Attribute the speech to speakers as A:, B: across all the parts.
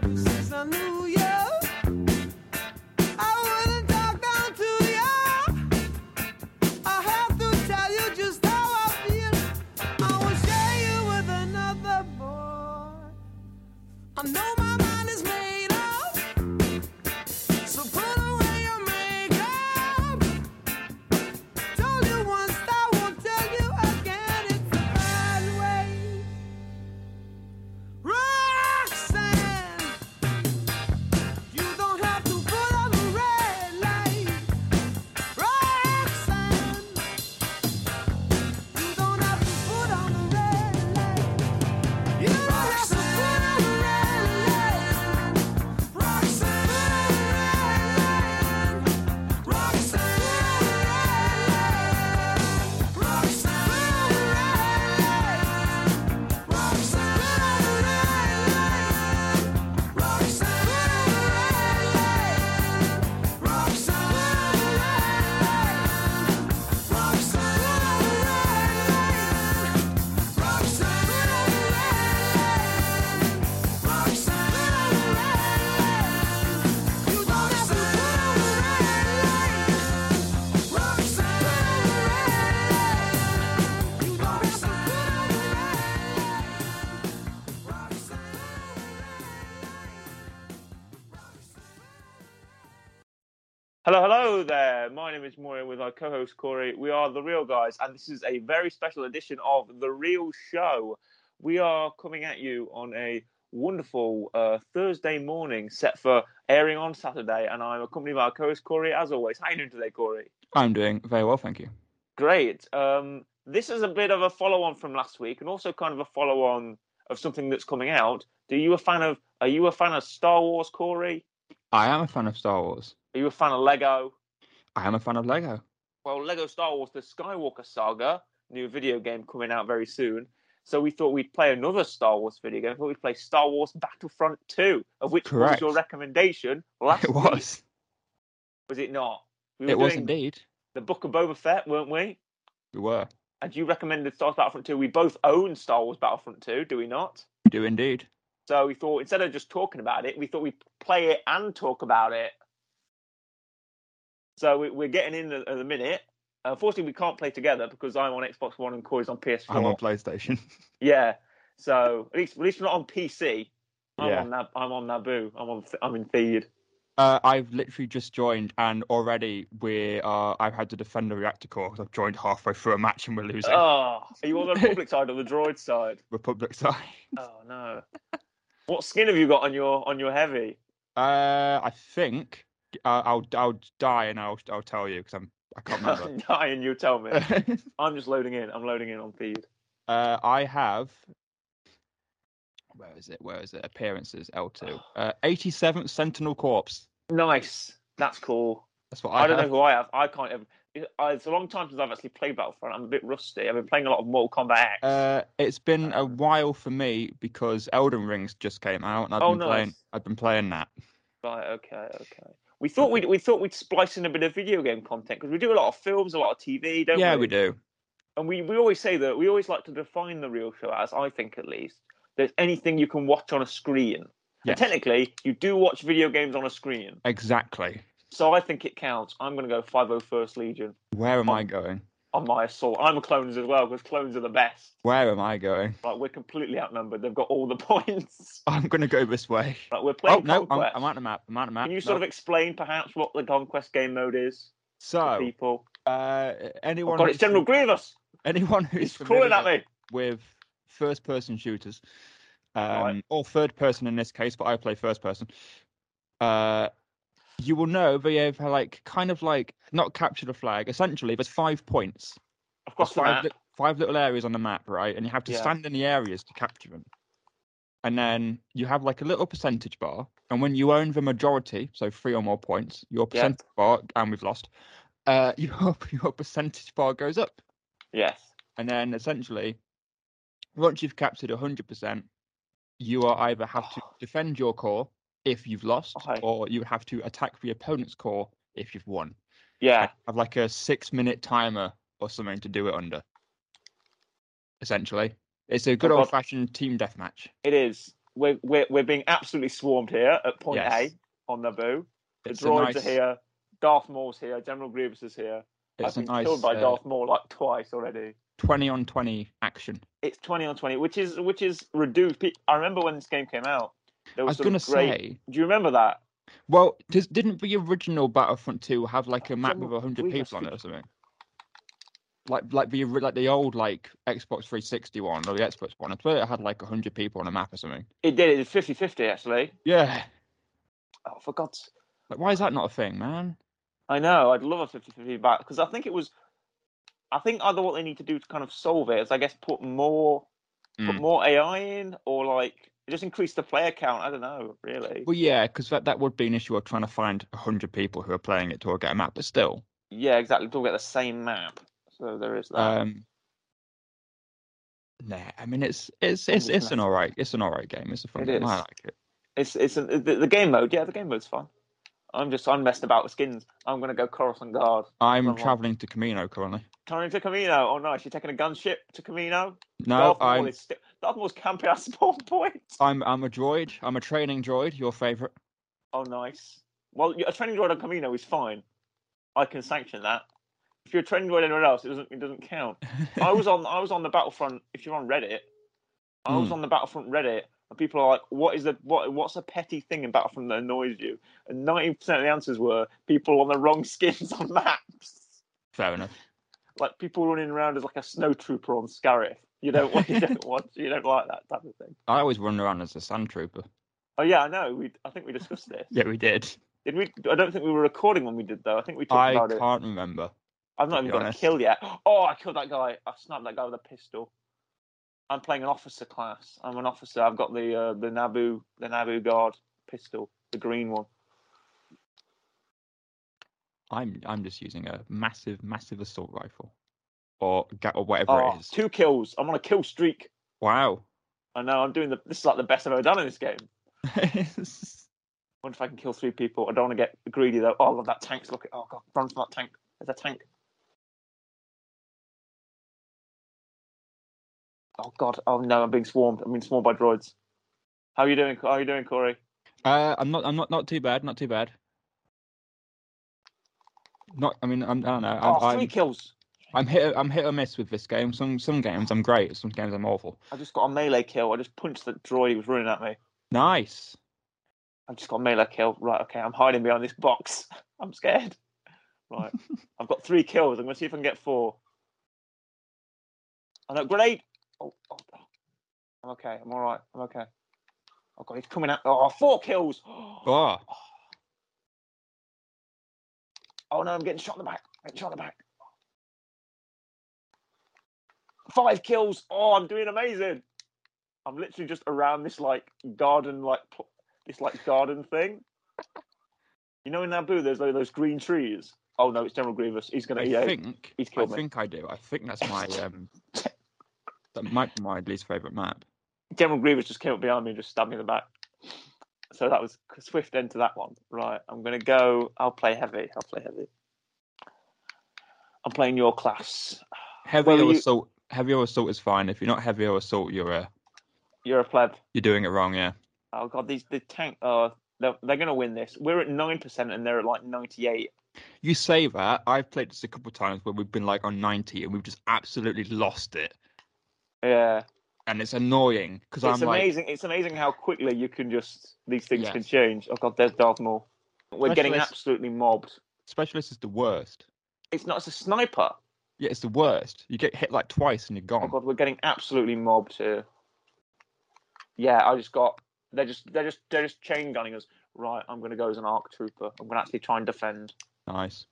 A: Cause I knew you. I wouldn't talk down to you. I have to tell you just how I feel. I won't share you with another boy. I know my mind is made up. So put away your makeup. Told you once, I won't tell you again. It's a bad way. Roxanne, you don't have to put on the red light. Roxanne, you don't have to put on the red light. You don't have to put on the red light. Roxanne, Roxanne, Roxanne, Roxanne.
B: Hello, hello there. My name is Moira with my co host Corey. We are The Real Guys, and this is a very special edition of The Real Show. We are coming at you on a wonderful uh, Thursday morning set for airing on Saturday, and I'm accompanied by our co host Corey as always. How are you doing today, Corey?
C: I'm doing very well, thank you.
B: Great. Um, this is a bit of a follow on from last week, and also kind of a follow on of something that's coming out. Do you a fan of? Are you a fan of Star Wars, Corey?
C: I am a fan of Star Wars.
B: Are you a fan of Lego?
C: I am a fan of Lego.
B: well, Lego Star Wars: The Skywalker Saga, new video game coming out very soon. So we thought we'd play another Star Wars video game. We thought we'd play Star Wars Battlefront 2, of which was
C: Correct.
B: your recommendation last
C: It
B: week,
C: was.
B: was it not? We were
C: It was
B: doing
C: indeed.
B: the Book of Boba Fett, weren't we?
C: We were.
B: And you recommended Star Wars Battlefront 2. We both own Star Wars Battlefront 2, do we not?
C: We do indeed.
B: So we thought instead of just talking about it, we thought we'd play it and talk about it. So we, we're getting in at the minute. Unfortunately, we can't play together because I'm on Xbox One and Corey's on PS4.
C: I'm on PlayStation.
B: Yeah. So at least, at least we're not on PC. I'm
C: Yeah.
B: on Nab- I'm on Naboo. I'm on. I'm in Theed.
C: Uh, I've literally just joined, and already we are. I've had to defend the reactor core because I've joined halfway through a match and we're losing.
B: Oh, are you on the Republic side or the droid side?
C: Republic side.
B: Oh no. What skin have you got on your on your heavy?
C: Uh, I think uh, I'll I'll die and I'll I'll tell you because I'm I can't remember.
B: Dying, you tell me.
C: uh,
B: I'm just loading in. I'm loading in on Theed.
C: I have. Where is it? Where is it? Appearances L two. Uh, 87th Sentinel Corpse.
B: Nice. That's cool.
C: That's what
B: I,
C: I,
B: don't
C: have.
B: know who I have. I can't ever. it- I- It's a long time since I've actually played Battlefront. I'm a bit rusty. I've been playing a lot of Mortal Kombat X.
C: Uh, it's been a while for me because Elden Rings just came out, and I've
B: Oh,
C: been playing.
B: nice.
C: I've been playing that.
B: Right. Okay. Okay. We thought we'd we thought we'd splice in a bit of video game content because we do a lot of films, a lot of TV, don't
C: yeah,
B: we?
C: we do.
B: And we, we always say that we always like to define the real show as I think at least there's anything you can watch on a screen. And
C: Yes.
B: technically, you do watch video games on a screen,
C: Exactly.
B: so I think it counts. I'm going to go 501st Legion
C: Where am
B: Oh.
C: I going?
B: on my assault. I'm a clones as well because clones are the best.
C: Where am I going?
B: Like we're completely outnumbered. They've got all the points.
C: I'm gonna go this way.
B: Like we're playing
C: Oh no, I'm,
B: Conquest.
C: I'm out the map. I'm out the map.
B: Can you sort
C: No.
B: of explain perhaps what the Conquest game mode is to
C: so,
B: people?
C: uh, anyone,
B: Oh God,
C: who's
B: it's General
C: fam-
B: Grievous.
C: anyone who's
B: He's crawling at
C: familiar
B: me.
C: with first-person shooters, um,
B: Right.
C: or third-person in this case, but I play first-person. Uh, you will know they have like kind of like not capture the flag. Essentially, there's five points.
B: Of
C: There's
B: course, the
C: five,
B: map.
C: li- five little areas on the map, right? And you have to
B: Yeah.
C: stand in the areas to capture them. And then you have like a little percentage bar. And when you own the majority, so three or more points, your
B: Yeah.
C: percentage bar, and we've lost, uh, your, your percentage bar goes up.
B: Yes.
C: And then essentially, once you've captured 100%, you are either have to defend your core if you've lost,
B: Oh. Okay.
C: or you have to attack the opponent's core if you've won.
B: Yeah.
C: I have like a six minute timer or something to do it under. Essentially, it's a good
B: Oh, God.
C: old fashioned team deathmatch.
B: It is. we're, we're, we're being absolutely swarmed here at point
C: Yes.
B: A on Naboo. The
C: It's a
B: droids
C: nice-
B: are here. Darth Maul's here. General Grievous is here.
C: It's a
B: I've been
C: nice
B: killed by
C: uh,
B: Darth Maul like twice already.
C: twenty on twenty action.
B: It's twenty on twenty, which is which is reduced. Pe- I remember when this game came out. There
C: I
B: was
C: was
B: some
C: gonna
B: great.
C: say,
B: Do you remember that?
C: well, does, didn't the original Battlefront Two have like a map
B: Some-
C: with hundred
B: we must
C: people on
B: be-
C: it or something? Like like the ori- like the old like Xbox 360 one or the Xbox one. I swear it had like hundred people on a map or something.
B: It did. It was 50-50, actually.
C: Yeah.
B: Oh, for God's
C: Like why is that not a thing, man?
B: I know. I'd love a 50-50 back because I think it was. I think either what they need to do to kind of solve it is, I guess, put more, put
C: Mm.
B: more AI in, or like just increase the player count. I don't know, really.
C: Well, yeah, because that, that would be an issue of trying to find hundred people who are playing it to get a map. But still,
B: yeah, exactly. We'll get the same map, so there is that.
C: um, nah. I mean, it's it's
B: It's
C: it's it's an
B: nice.
C: all right it's an all right game. It's a fun
B: It
C: game. I
B: is.
C: like it.
B: it's it's an, the, the game mode. Yeah, the game mode's fun. I'm just I'm messing about with skins. I'm gonna go Coruscant Guard.
C: I'm
B: Come on.
C: traveling to Camino currently.
B: Turning to Camino. Oh nice, you're taking a gunship to Camino.
C: No,
B: Darth Maul
C: I'm
B: is sti- Darth Maul's camping at spawn point.
C: I'm I'm a droid. I'm a training droid. Your favorite.
B: Oh, nice. Well, a training droid on Camino is fine. I can sanction that. If you're a training droid anywhere else, it doesn't it doesn't count. I was on I was on the Battlefront. If you're on Reddit, I was
C: Hmm.
B: on the Battlefront Reddit, and people are like, "What is the what? What's a petty thing in Battlefront that annoys you?" And ninety percent of the answers were people on the wrong skins on maps,
C: Fair enough.
B: like people running around as like a snowtrooper on Scarif. You don't want, you don't want, you don't like that type of thing.
C: I always run around as a sand trooper.
B: Oh yeah, I know. We I think we discussed this.
C: Yeah, we did.
B: Did we? I don't think we were recording when we did though. I think we talked
C: I
B: about it.
C: can't remember.
B: I've not
C: to
B: even
C: be
B: got a
C: honest.
B: kill yet. Oh, I killed that guy. I sniped that guy with a pistol. I'm playing an officer class. I'm an officer. I've got the uh, the Naboo the Naboo guard pistol, the green one.
C: I'm I'm just using a massive massive assault rifle, or ga- or whatever
B: Oh,
C: it is.
B: two kills. I'm on a kill streak.
C: Wow.
B: I know. I'm doing the. This is like the best I've ever done in this game. wonder if I can kill three people. I don't want to get greedy though. Oh, look, that tank's looking. Oh god, run for that tank. There's a tank. Oh god. Oh no, I'm being swarmed. I'm being swarmed by droids. How are you doing? How are you doing, Corey?
C: uh, I'm not I'm not not too bad. Not too bad. Not. I mean, I'm, I don't know. I'm,
B: Oh, three
C: I'm,
B: kills.
C: I'm hit I'm hit or miss with this game. Some some games I'm great. Some games I'm awful.
B: I just got a melee kill. I just punched the droid. He was running at me.
C: Nice.
B: I've just got a melee kill. Right, okay. I'm hiding behind this box. I'm scared. Right. I've got three kills. I'm going to see if I can get four. I know. Grenade. Oh, oh, oh. I'm okay. I'm all right. I'm okay. Oh, God. He's coming out. Oh, four kills. Oh,
C: Oh,
B: Oh, no. I'm getting shot in the back. I'm getting shot in the back. Five kills. Oh, I'm doing amazing. I'm literally just around this like garden, like pl- this like garden thing. You know, in Naboo, there's like, those green trees. Oh no, it's General Grievous. He's gonna.
C: I
B: yeah,
C: think
B: he's
C: I
B: killed me.
C: think I do. I think that's my um, that might be my least favorite map.
B: General Grievous just came up behind me and just stabbed me in the back. So that was a swift end to that one. Right, I'm gonna go. I'll play heavy. I'll play heavy. I'm playing your class.
C: Heavy
B: Well,
C: or
B: you-
C: assault. Heavy or assault is fine. If you're not heavy or assault, you're uh,
B: You're a pleb.
C: you're doing it wrong. Yeah.
B: Oh god, these the tank. Oh, they're, they're gonna win this. We're at nine percent and they're at like ninety-eight.
C: You say that. I've played this a couple of times where we've been like on 90 and we've just absolutely lost it,
B: Yeah.
C: and it's annoying because I'm
B: It's
C: like,
B: amazing. It's amazing how quickly you can just these things
C: Yes.
B: can change. Oh god, there's Darth Maul. We're getting
C: Specialist.
B: absolutely mobbed.
C: specialist is the worst.
B: It's not. It's a sniper.
C: Yeah, it's the worst. You get hit like twice and you're
B: Oh
C: gone.
B: god, we're getting absolutely mobbed here. Yeah, I just got. They're just. They're just. They're just chain gunning us. Right, I'm gonna go as an arc trooper. I'm gonna actually try and defend
C: nice.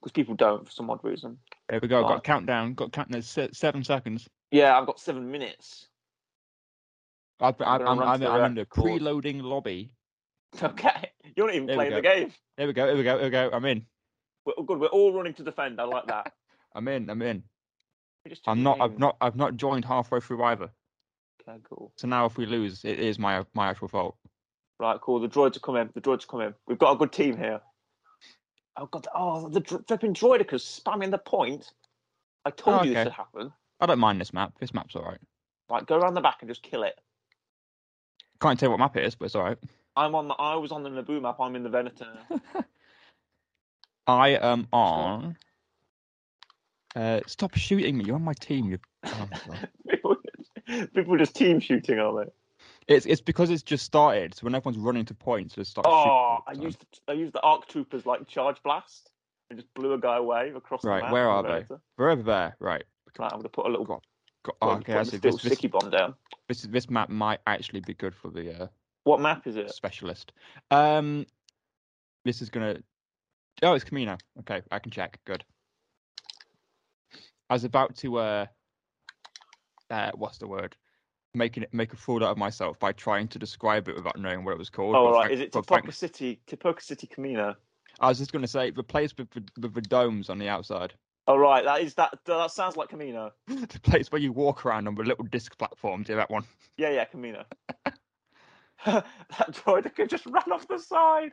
B: because people don't for some odd reason.
C: There we go.
B: Right.
C: Got countdown. Got count. There's se- seven seconds.
B: Yeah, I've got seven minutes.
C: I've,
B: I'm
C: I'm,
B: gonna
C: I'm,
B: run
C: I'm,
B: to the
C: I'm in the
B: record.
C: preloading lobby.
B: Okay, you're not even
C: There we
B: playing the
C: go.
B: game.
C: There we go. There we go. There we go. I'm in.
B: We're, oh, good. We're all running to defend. I like that.
C: I'm in. I'm in.
B: We're just
C: I'm not. I've
B: checking.
C: not. I've not joined halfway through either.
B: Okay, cool.
C: So now, if we lose, it is my my actual fault.
B: Right, cool. The droids are coming. The droids are coming. We've got a good team here. Oh god! Oh, the dr- flipping droidicas spamming the point. I told
C: Oh,
B: you this
C: okay.
B: would happen.
C: I don't mind this map. This map's all right.
B: Like, go around the back and just kill it.
C: Can't tell you what map it is, but it's all right.
B: I'm on the. I was on the Naboo map. I'm in the Venator.
C: I am on. Uh, stop shooting me! You're on my team. You. Oh my God.
B: people, people just team shooting, aren't they?
C: It's it's because it's just started. So when everyone's running to points, just start. shooting
B: Oh,
C: all the
B: I
C: time.
B: used I used the Arc Troopers like charge blast. I just blew a guy away across the
C: Right,
B: map.
C: where
B: in
C: are
B: the
C: they?
B: Venator.
C: We're over there, right?
B: Right, I'm gonna put a little.
C: Got- Got,
B: Oh,
C: oh,
B: okay,
C: okay, I see.
B: little
C: This, this,
B: sticky bomb down.
C: this this map might actually be good for the uh,
B: What map is it?
C: specialist. Um, this is gonna. Oh, it's Camino. Okay, I can check. Good. I was about to uh, uh what's the word? Making it make a fool out of myself by trying to describe it without knowing what it was called.
B: Oh,
C: but
B: right.
C: thank-
B: Is it
C: but
B: Topoka
C: thanks-
B: City? Topoka City Camino.
C: I was just gonna say the place with, the- with the domes on the outside,
B: Oh, right. That is that. That sounds like Camino.
C: the place where you walk around on the little disc platforms. Yeah, that one.
B: Yeah, yeah, Camino. that droidica just ran off the side.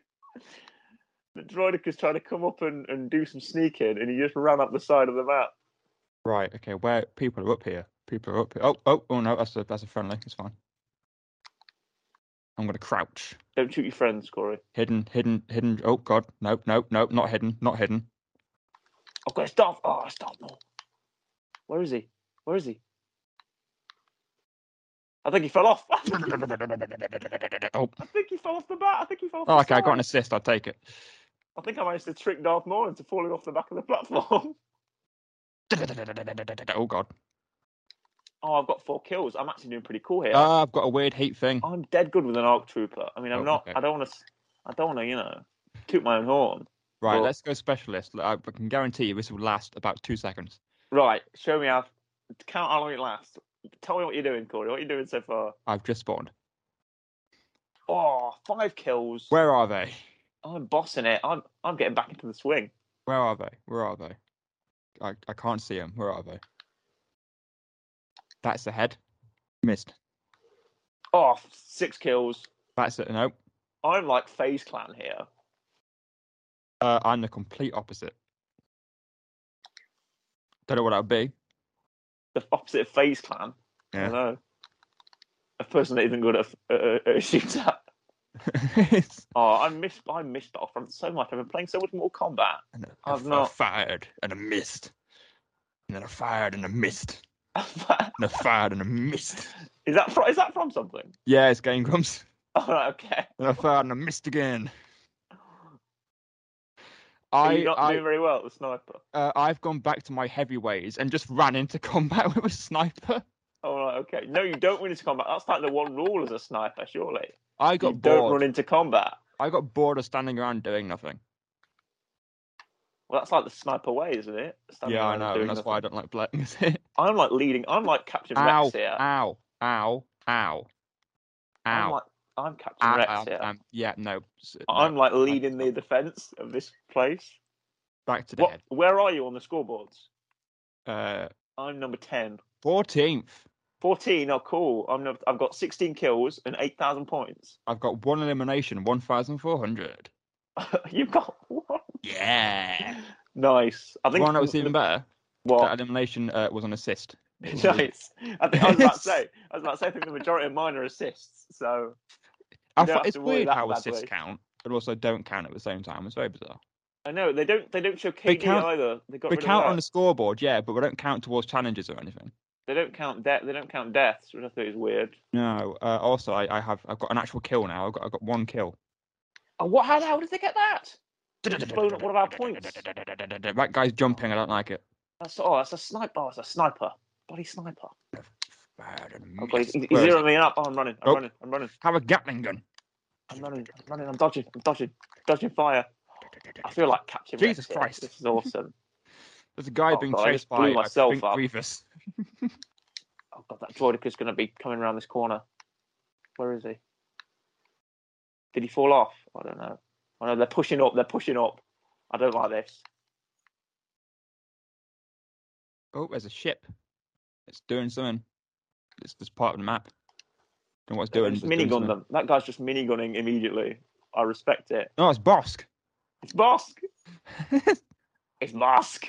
B: The droidica's trying to come up and, and do some sneaking, and he just ran up the side of the map.
C: Right. Okay. Where people are up here. People are up here. Oh, oh, oh no. That's a that's a friendly. It's fine. I'm gonna crouch.
B: Don't shoot your friends, Corey.
C: Hidden, hidden, hidden. Oh God, no, no, no, not hidden, not hidden.
B: I've got his staff. Oh, his staff. No. Where is he? Where is he? I think he fell off. I think he,
C: Oh,
B: I think he fell off the bat. I think he fell off
C: oh,
B: the
C: okay, I
B: side.
C: got an assist. I'll take it.
B: I think I managed to trick Darth Maul into falling off the back of the platform.
C: Oh God,
B: oh, I've got four kills. I'm actually doing pretty cool here.
C: Ah, I've got a weird heat thing.
B: I'm dead good with an ARC trooper. I mean, I'm
C: Oh,
B: not.
C: okay.
B: I don't want to. I don't want to. You know, toot my own horn.
C: Right,
B: well-
C: let's go specialist. Look, I can guarantee you this will last about two seconds.
B: Right, show me how. Count how long it lasts. Tell me what you're doing, Corey. What you doing so far?
C: I've just spawned.
B: Oh, five kills.
C: Where are they?
B: I'm bossing it. I'm. I'm getting back into the swing.
C: Where are they? Where are they? I I can't see them. Where are they? That's the head. Missed.
B: Oh, six kills.
C: That's it. Nope.
B: I'm like Phase Clan here.
C: Uh, I'm the complete opposite. Don't know what that would be.
B: The opposite of Phase Clan. I
C: Yeah.
B: don't know. A person that isn't good at a, a, a shootout.
C: It's-
B: Oh, I miss I miss Battlefront so much. I've been playing so much more combat.
C: and a-
B: I've
C: a- a
B: not-
C: fired and a missed, and then I fired and a missed,
B: is
C: and I fired and a missed.
B: that from, is that from something?
C: Yeah, it's Game Grumps.
B: All right, okay.
C: And I fired and I missed again.
B: Are
C: I,
B: you not
C: I
B: doing very well at the sniper?
C: uh, I've gone back to my heavy ways and just ran into combat with a sniper.
B: All right, okay. No, you don't win into combat. That's like the one rule as a sniper, surely.
C: I
B: You
C: got
B: don't
C: bored.
B: run into combat.
C: I got bored of standing around doing nothing.
B: Well, that's like the sniper way, isn't it? Standing
C: yeah, I
B: around
C: know,
B: doing
C: and that's why I
B: nothing.
C: don't like playing it.
B: I'm like leading. I'm like Captain
C: ow,
B: Rex here.
C: ow, ow, ow,
B: I'm
C: ow.
B: like I'm Captain
C: ow,
B: Rex
C: ow,
B: here.
C: um, yeah, no. s- no,
B: I'm like leading the defense of this place.
C: back to the
B: What? Where are you on the scoreboards?
C: head. Uh,
B: I'm number ten.
C: 14th.
B: 14 are cool. I'm not, I've got 16 kills and 8,000 points.
C: I've got one elimination, 1,400.
B: You've got one.
C: Yeah.
B: Nice. I
C: The
B: think Oh.
C: one that was even better, that
B: what?
C: elimination uh, was an assist.
B: nice. I think I was about to say. I was about to say. I think the majority of mine are assists. So
C: I
B: don't
C: thought
B: have
C: it's
B: to worry
C: weird
B: that
C: how
B: badly.
C: assists count, but also don't count at the same time. It's very bizarre.
B: I know they don't. They don't show KD
C: count-
B: either. They got
C: we
B: rid of
C: count
B: that.
C: on the scoreboard, yeah, but we don't count towards challenges or anything.
B: They don't count death. They don't count deaths, which I thought is weird.
C: No. Uh, also, I, I have I've got an actual kill now. I've got I've got one kill.
B: Oh, what? How the hell did they get that? Just blown up one of our points.
C: That guy's jumping. I don't like it.
B: That's oh, that's a sniper. Oh, it's a sniper. Bloody sniper.
C: Bad and
B: Oh, God, he's,
C: missed.
B: he's
C: Where is it?
B: zeroing me up. Oh, I'm running. I'm
C: Oh.
B: running. I'm running.
C: Have a Gatling gun.
B: I'm running. I'm running. I'm dodging. I'm dodging. Dodging fire. I feel like Captain
C: Jesus
B: Rex here.
C: Christ.
B: This is awesome.
C: There's a guy
B: Oh,
C: being
B: God, I
C: chased
B: just blew
C: by I
B: myself
C: think,
B: up.
C: Grievous.
B: Oh god, that droidica's going to be coming around this corner. Where is he? Did he fall off? I don't know. I know they're pushing up. They're pushing up. I don't like this.
C: Oh, there's a ship. It's doing something. It's this part of the map. Don't know what it's doing.
B: just
C: but it's doing
B: minigun
C: something.
B: them. That guy's just minigunning immediately. I respect it.
C: No, it's Bosk.
B: It's Mask. It's Mask.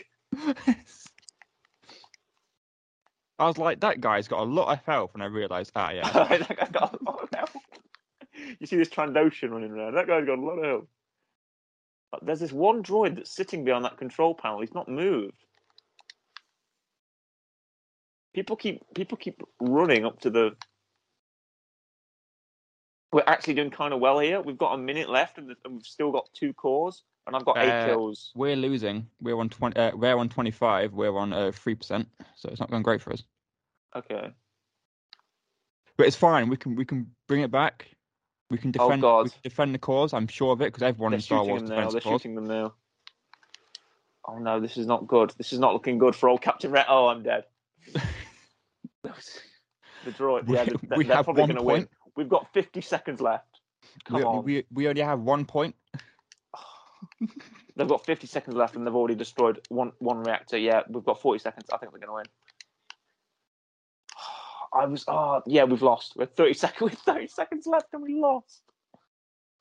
C: I was like, that guy's got a lot of health, and I realised, ah, yeah,
B: that guy got a lot of health. You see this Trandoshan running around. That guy's got a lot of help. But there's this one droid that's sitting behind that control panel. He's not moved. People keep people keep running up to the. We're actually doing kind of well here. We've got a minute left, and, the, and we've still got two cores, and I've got eight
C: Uh,
B: kills.
C: We're losing. We're on twenty. Uh, we're on twenty-five. We're on uh, three percent. So it's not going great for us.
B: Okay.
C: But it's fine. We can we can bring it back. We can
B: Oh,
C: defend.
B: God.
C: we can defend the cause. I'm sure of it because everyone
B: They're
C: in Star
B: shooting
C: Wars
B: them now.
C: defends the
B: They're
C: cause.
B: shooting them now. Oh no, this is not good. This is not looking good for old Captain Red. Oh, I'm dead. the droid. Yeah,
C: We-
B: they're, they're
C: we have
B: probably
C: one
B: going to win.
C: point.
B: We've got 50 seconds left. Come
C: We,
B: on.
C: we we only have one point.
B: They've got 50 seconds left, and they've already destroyed one one reactor. Yeah, we've got 40 seconds. I think we're going to win. I was. Oh, yeah, we've lost. We're 30 seconds. We're 30 seconds left, and we lost.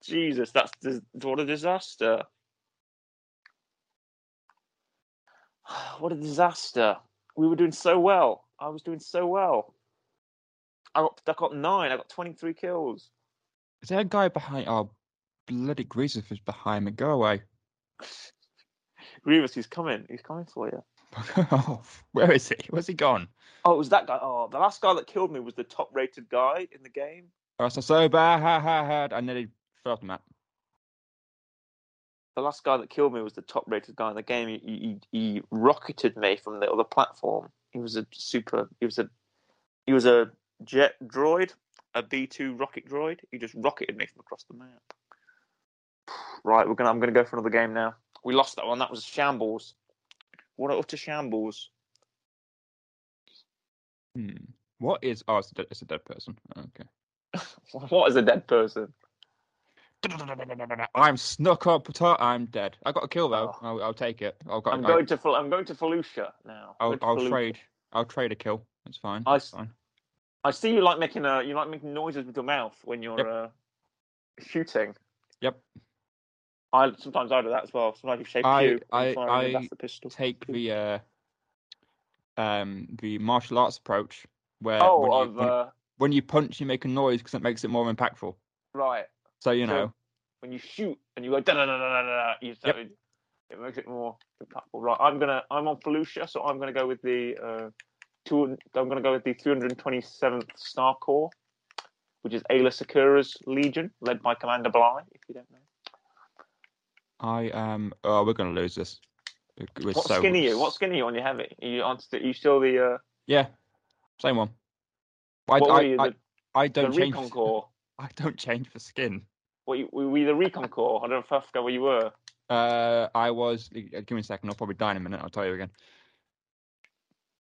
B: Jesus, that's dis- what a disaster. What a disaster. We were doing so well. I was doing so well. I got, I got nine. I got 23 kills.
C: Is there a guy behind? Oh, bloody Grievous is behind me. Go away.
B: Grievous, he's coming. He's coming for you.
C: Fuck off. Where is he? Where's he gone?
B: Oh, it was that guy. Oh, the last guy that killed me was the top rated guy in the game.
C: Oh, so, so bad. Ha, ha, ha. I nearly fell off the map.
B: The last guy that killed me was the top rated guy in the game. He, he, he rocketed me from the other platform. He was a super. He was a. He was a jet droid, a B two rocket droid. He just rocketed me from across the map. Right, we're gonna. I'm gonna go for another game now. We lost that one. That was shambles. What an utter shambles.
C: Hmm. What is? Oh, it's a dead, it's a dead person. Okay.
B: What is a dead person?
C: I'm snuck up. To, I'm dead. I got a kill though.
B: Oh.
C: I'll, I'll take it. I've got.
B: I'm
C: I-
B: going to. Fel- I'm going to Felucia now.
C: I'll,
B: Going to
C: I'll
B: Felucia.
C: trade. I'll trade a kill. It's fine.
B: I
C: It's
B: s-
C: fine.
B: I see you like making uh you like making noises with your mouth when you're
C: Yep.
B: uh, shooting.
C: Yep.
B: I sometimes I do that as well. Sometimes you shape
C: I-
B: you.
C: I- I
B: that's the pistol.
C: Take the uh, um, the martial arts approach where
B: oh,
C: when, you,
B: of
C: when,
B: uh,
C: when you punch, you make a noise because it makes it more impactful.
B: right.
C: So you
B: So-
C: know,
B: When you shoot and you go da da da da da da, you so
C: Yep.
B: it, it makes it more impactful. Right. I'm gonna I'm on Felucia, so I'm gonna go with the uh, two. I'm gonna go with the 327th Star Corps, which is Ayla Sakura's Legion, led by Commander Bly. If you don't know.
C: I um, oh, we're gonna lose this. It was
B: What
C: so-
B: skin are you? What skin are you on your heavy? Are you on? Are you still the? Uh,
C: Yeah, same one. I,
B: what
C: I,
B: were you?
C: I,
B: the,
C: I
B: the
C: don't change.
B: recon corps.
C: I don't change for skin.
B: What you, were you the recon corps? I don't know if I forgot where you were.
C: Uh, I was. uh, Give me a second. I'll probably die in a minute. I'll tell you again.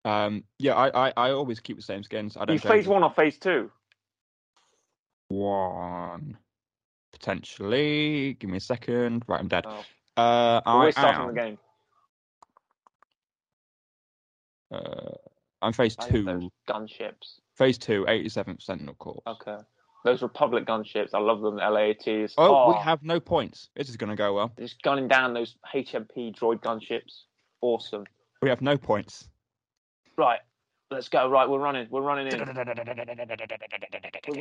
C: Um, yeah, I, I, I always keep the same skins. I
B: Are
C: don't.
B: you
C: change
B: phase
C: them.
B: one or phase two?
C: One, potentially. Give me a second. Right, I'm dead.
B: Oh.
C: Uh,
B: Or
C: I
B: we're starting
C: am.
B: the game.
C: Uh, I'm phase
B: I hate those
C: two.
B: gunships.
C: Phase two, 87th Sentinel Corps.
B: Okay. Those Republic gunships. I love them. The LAATs.
C: Oh, we
B: Oh,
C: have no points. This is going to go well.
B: Just gunning down those HMP droid gunships. Awesome.
C: We have no points.
B: Right. Let's go. Right. We're running. We're running in. We're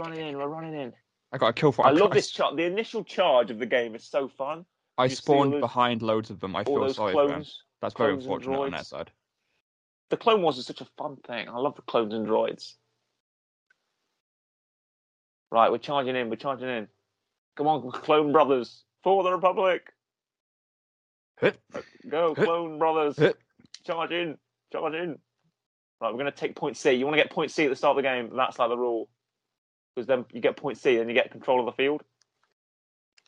B: running in. We're running in.
C: I got a kill for.
B: I
C: got-
B: love this chart. The initial charge of the game is so fun.
C: I
B: You see all
C: spawned
B: those-
C: behind loads of them. I
B: All
C: feel
B: those
C: sorry for them.
B: clones.
C: That's very
B: clones and
C: unfortunate on
B: droids.
C: their side.
B: The Clone Wars is such a fun thing. I love the clones and droids. Right, we're charging in. We're charging in. Come on, Clone Brothers for the Republic.
C: Hit.
B: Go,
C: Huh?
B: Clone Brothers.
C: Huh?
B: Charge in. Charge in. Right, we're going to take point C. You want to get point C at the start of the game. That's like the rule. Because then you get point C and you get control of the field.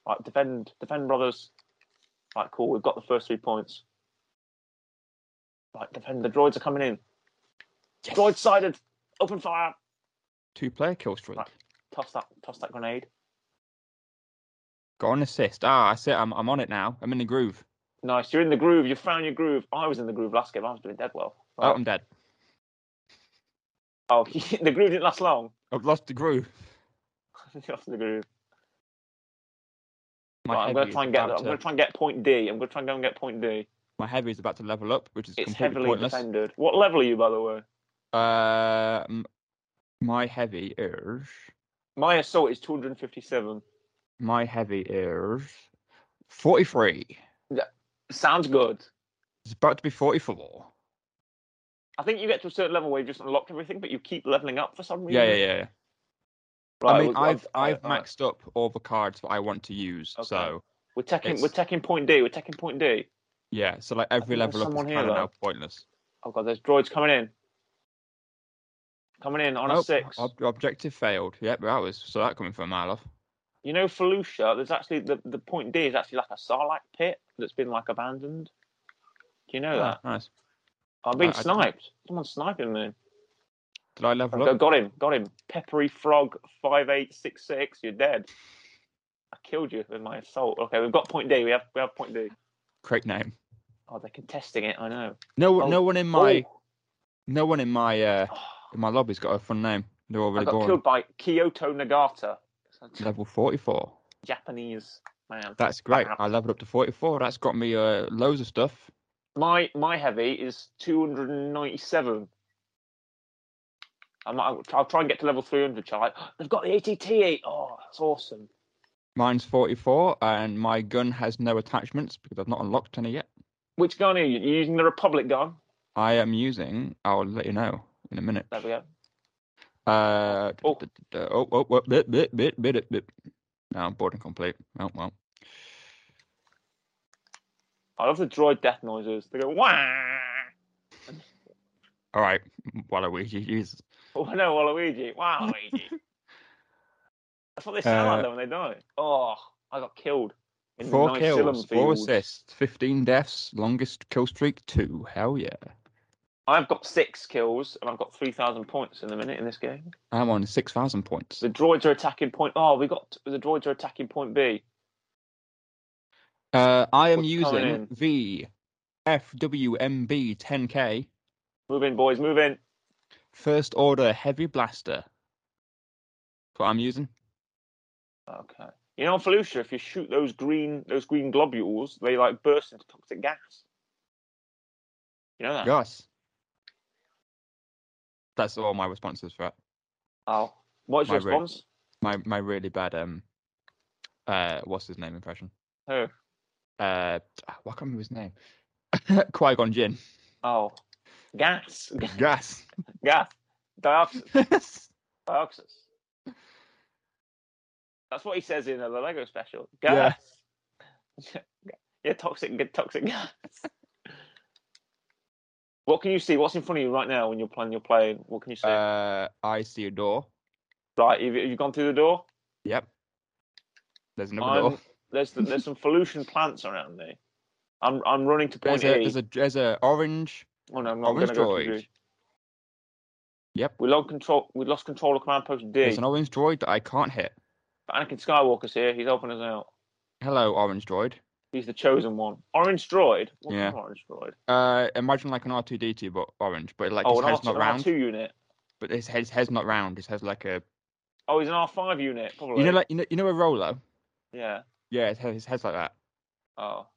B: Right, defend. Defend, Brothers. Right, cool. We've got the first three points. Right, defend. The droids are coming in.
C: Yes.
B: Droid sided. Open fire.
C: Two player kills for it.
B: Right. Toss that. Toss that grenade.
C: Got an assist. Ah, I see. I'm I'm on it now. I'm in the groove.
B: Nice. You're in the groove. You found your groove. I was in the groove last game. I was doing dead well.
C: Oh, I'm dead.
B: Oh, the groove didn't last long.
C: I've lost the groove.
B: Off the groove.
C: My
B: Right, I'm
C: heavy
B: gonna
C: is
B: try and get.
C: about
B: I'm
C: to-
B: gonna try and get point D. I'm gonna try and go and get point D.
C: my heavy is about to level up, which is
B: It's
C: completely
B: heavily
C: pointless.
B: defended. What level are you, by the way?
C: Um, my heavy is
B: My assault is 257.
C: My heavy is 43.
B: Sounds good.
C: It's about to be 44.
B: I think you get to a certain level where you've just unlocked everything, but you keep leveling up for some reason.
C: Yeah, yeah, yeah. I mean, I've I've maxed up all the cards that I want to use.
B: uh, Okay.
C: So
B: We're taking
C: it's-
B: we're taking point D. We're taking point D.
C: yeah, so like every
B: think there's
C: level up is
B: someone
C: kind
B: here,
C: of
B: though.
C: now pointless.
B: Oh god, there's droids coming in. Coming in on a
C: Nope,
B: six.
C: Oh, ob- objective failed. Yep, that was so that coming from a mile off.
B: You know, Felucia, there's actually the, the point D is actually like a Sarlacc pit that's been like abandoned. Do you know that?
C: Ah, nice.
B: I'm being
C: I- I didn't-
B: sniped. Someone's sniping me.
C: Did I
B: I
C: level
B: go,
C: up?
B: got him, got him. Peppery frog five eight six six. You're dead. I killed you with my assault. Okay, we've got point D. We have we have point D.
C: Great name.
B: Oh, they're contesting it. I know.
C: No,
B: Oh,
C: no one in my no one in my uh in my lobby's got a fun name. They're all
B: I
C: really
B: got
C: boring.
B: killed by Kyoto Nagata. It's a
C: Level 44.
B: Japanese man.
C: That's great.
B: Perhaps.
C: I leveled up to 44. That's got me uh, loads of stuff.
B: My my heavy is 297. I might, I'll, I'll try and get to level 300, shall I? They've got the ATT8. Oh, that's awesome.
C: Mine's 44, and my gun has no attachments because I've not unlocked any yet.
B: Which gun are you? you using the Republic gun?
C: I am using. I'll let you know in a minute.
B: There we go.
C: Uh,
B: Oh.
C: oh, oh, oh, oh, bit, bit, bit, bit, bit, bit. No, I'm bored and complete. Oh well.
B: I love the droid death noises. They go, wah!
C: All right, Waluigi. Jesus.
B: Oh, no, Waluigi. Wow, Luigi. That's what they sound like
C: Uh,
B: though when they die. Oh, I got killed. in
C: Four
B: Nice
C: kills,
B: Silum
C: four
B: Fields.
C: assists, fifteen deaths, longest kill streak two. Hell yeah!
B: I've got six kills and I've got 3,000 points in a minute in this game.
C: I'm on six thousand points.
B: The droids are attacking point. Oh, we got the droids are attacking point B.
C: Uh, I am
B: What's coming in?
C: using the FWMB 10K
B: Move in, boys, move in.
C: First Order Heavy Blaster. That's what I'm using.
B: Okay. You know, on Felucia, if you shoot those green those green globules, they like burst into toxic gas. You know that?
C: Yes. That's all my responses for that.
B: Oh. What's your
C: My brain.
B: response?
C: My my really bad um uh what's his name impression?
B: Who?
C: Uh what can't remember his name? Qui Gon Jin.
B: Oh. Gas.
C: Gas.
B: gas. Dioxys.
C: yeah,
B: Dioxys. That's what he says in uh, the Lego special.
C: Yeah.
B: Gas. Yeah. toxic, good toxic gas. what can you see? What's in front of you right now when you're playing your plane? What can you see?
C: uh I see a door.
B: right, have you, have you gone through the door?
C: Yep. There's another
B: I'm-
C: door.
B: There's there's some pollution plants around me. I'm I'm running to point
C: There's
B: A.
C: a there's a there's a orange
B: oh no, I'm not going
C: orange
B: to go through.
C: droid.
B: you.
C: Yep.
B: We lost control. We lost control of command post D.
C: There's an orange droid that I can't hit.
B: But Anakin Skywalker's here. He's helping us out.
C: Hello, orange droid.
B: He's the chosen one. Orange droid. What's
C: Yeah.
B: an orange droid?
C: Uh, imagine like an R two D two, but orange. But like
B: oh,
C: his
B: an
C: head's
B: R2,
C: not
B: an
C: round.
B: R2 unit.
C: But his head, his head's not round. His head's like a
B: Oh, he's an R5 unit. Probably.
C: you know like you know you know a Rolo.
B: yeah.
C: Yeah, his, head, his head's like that.
B: Oh,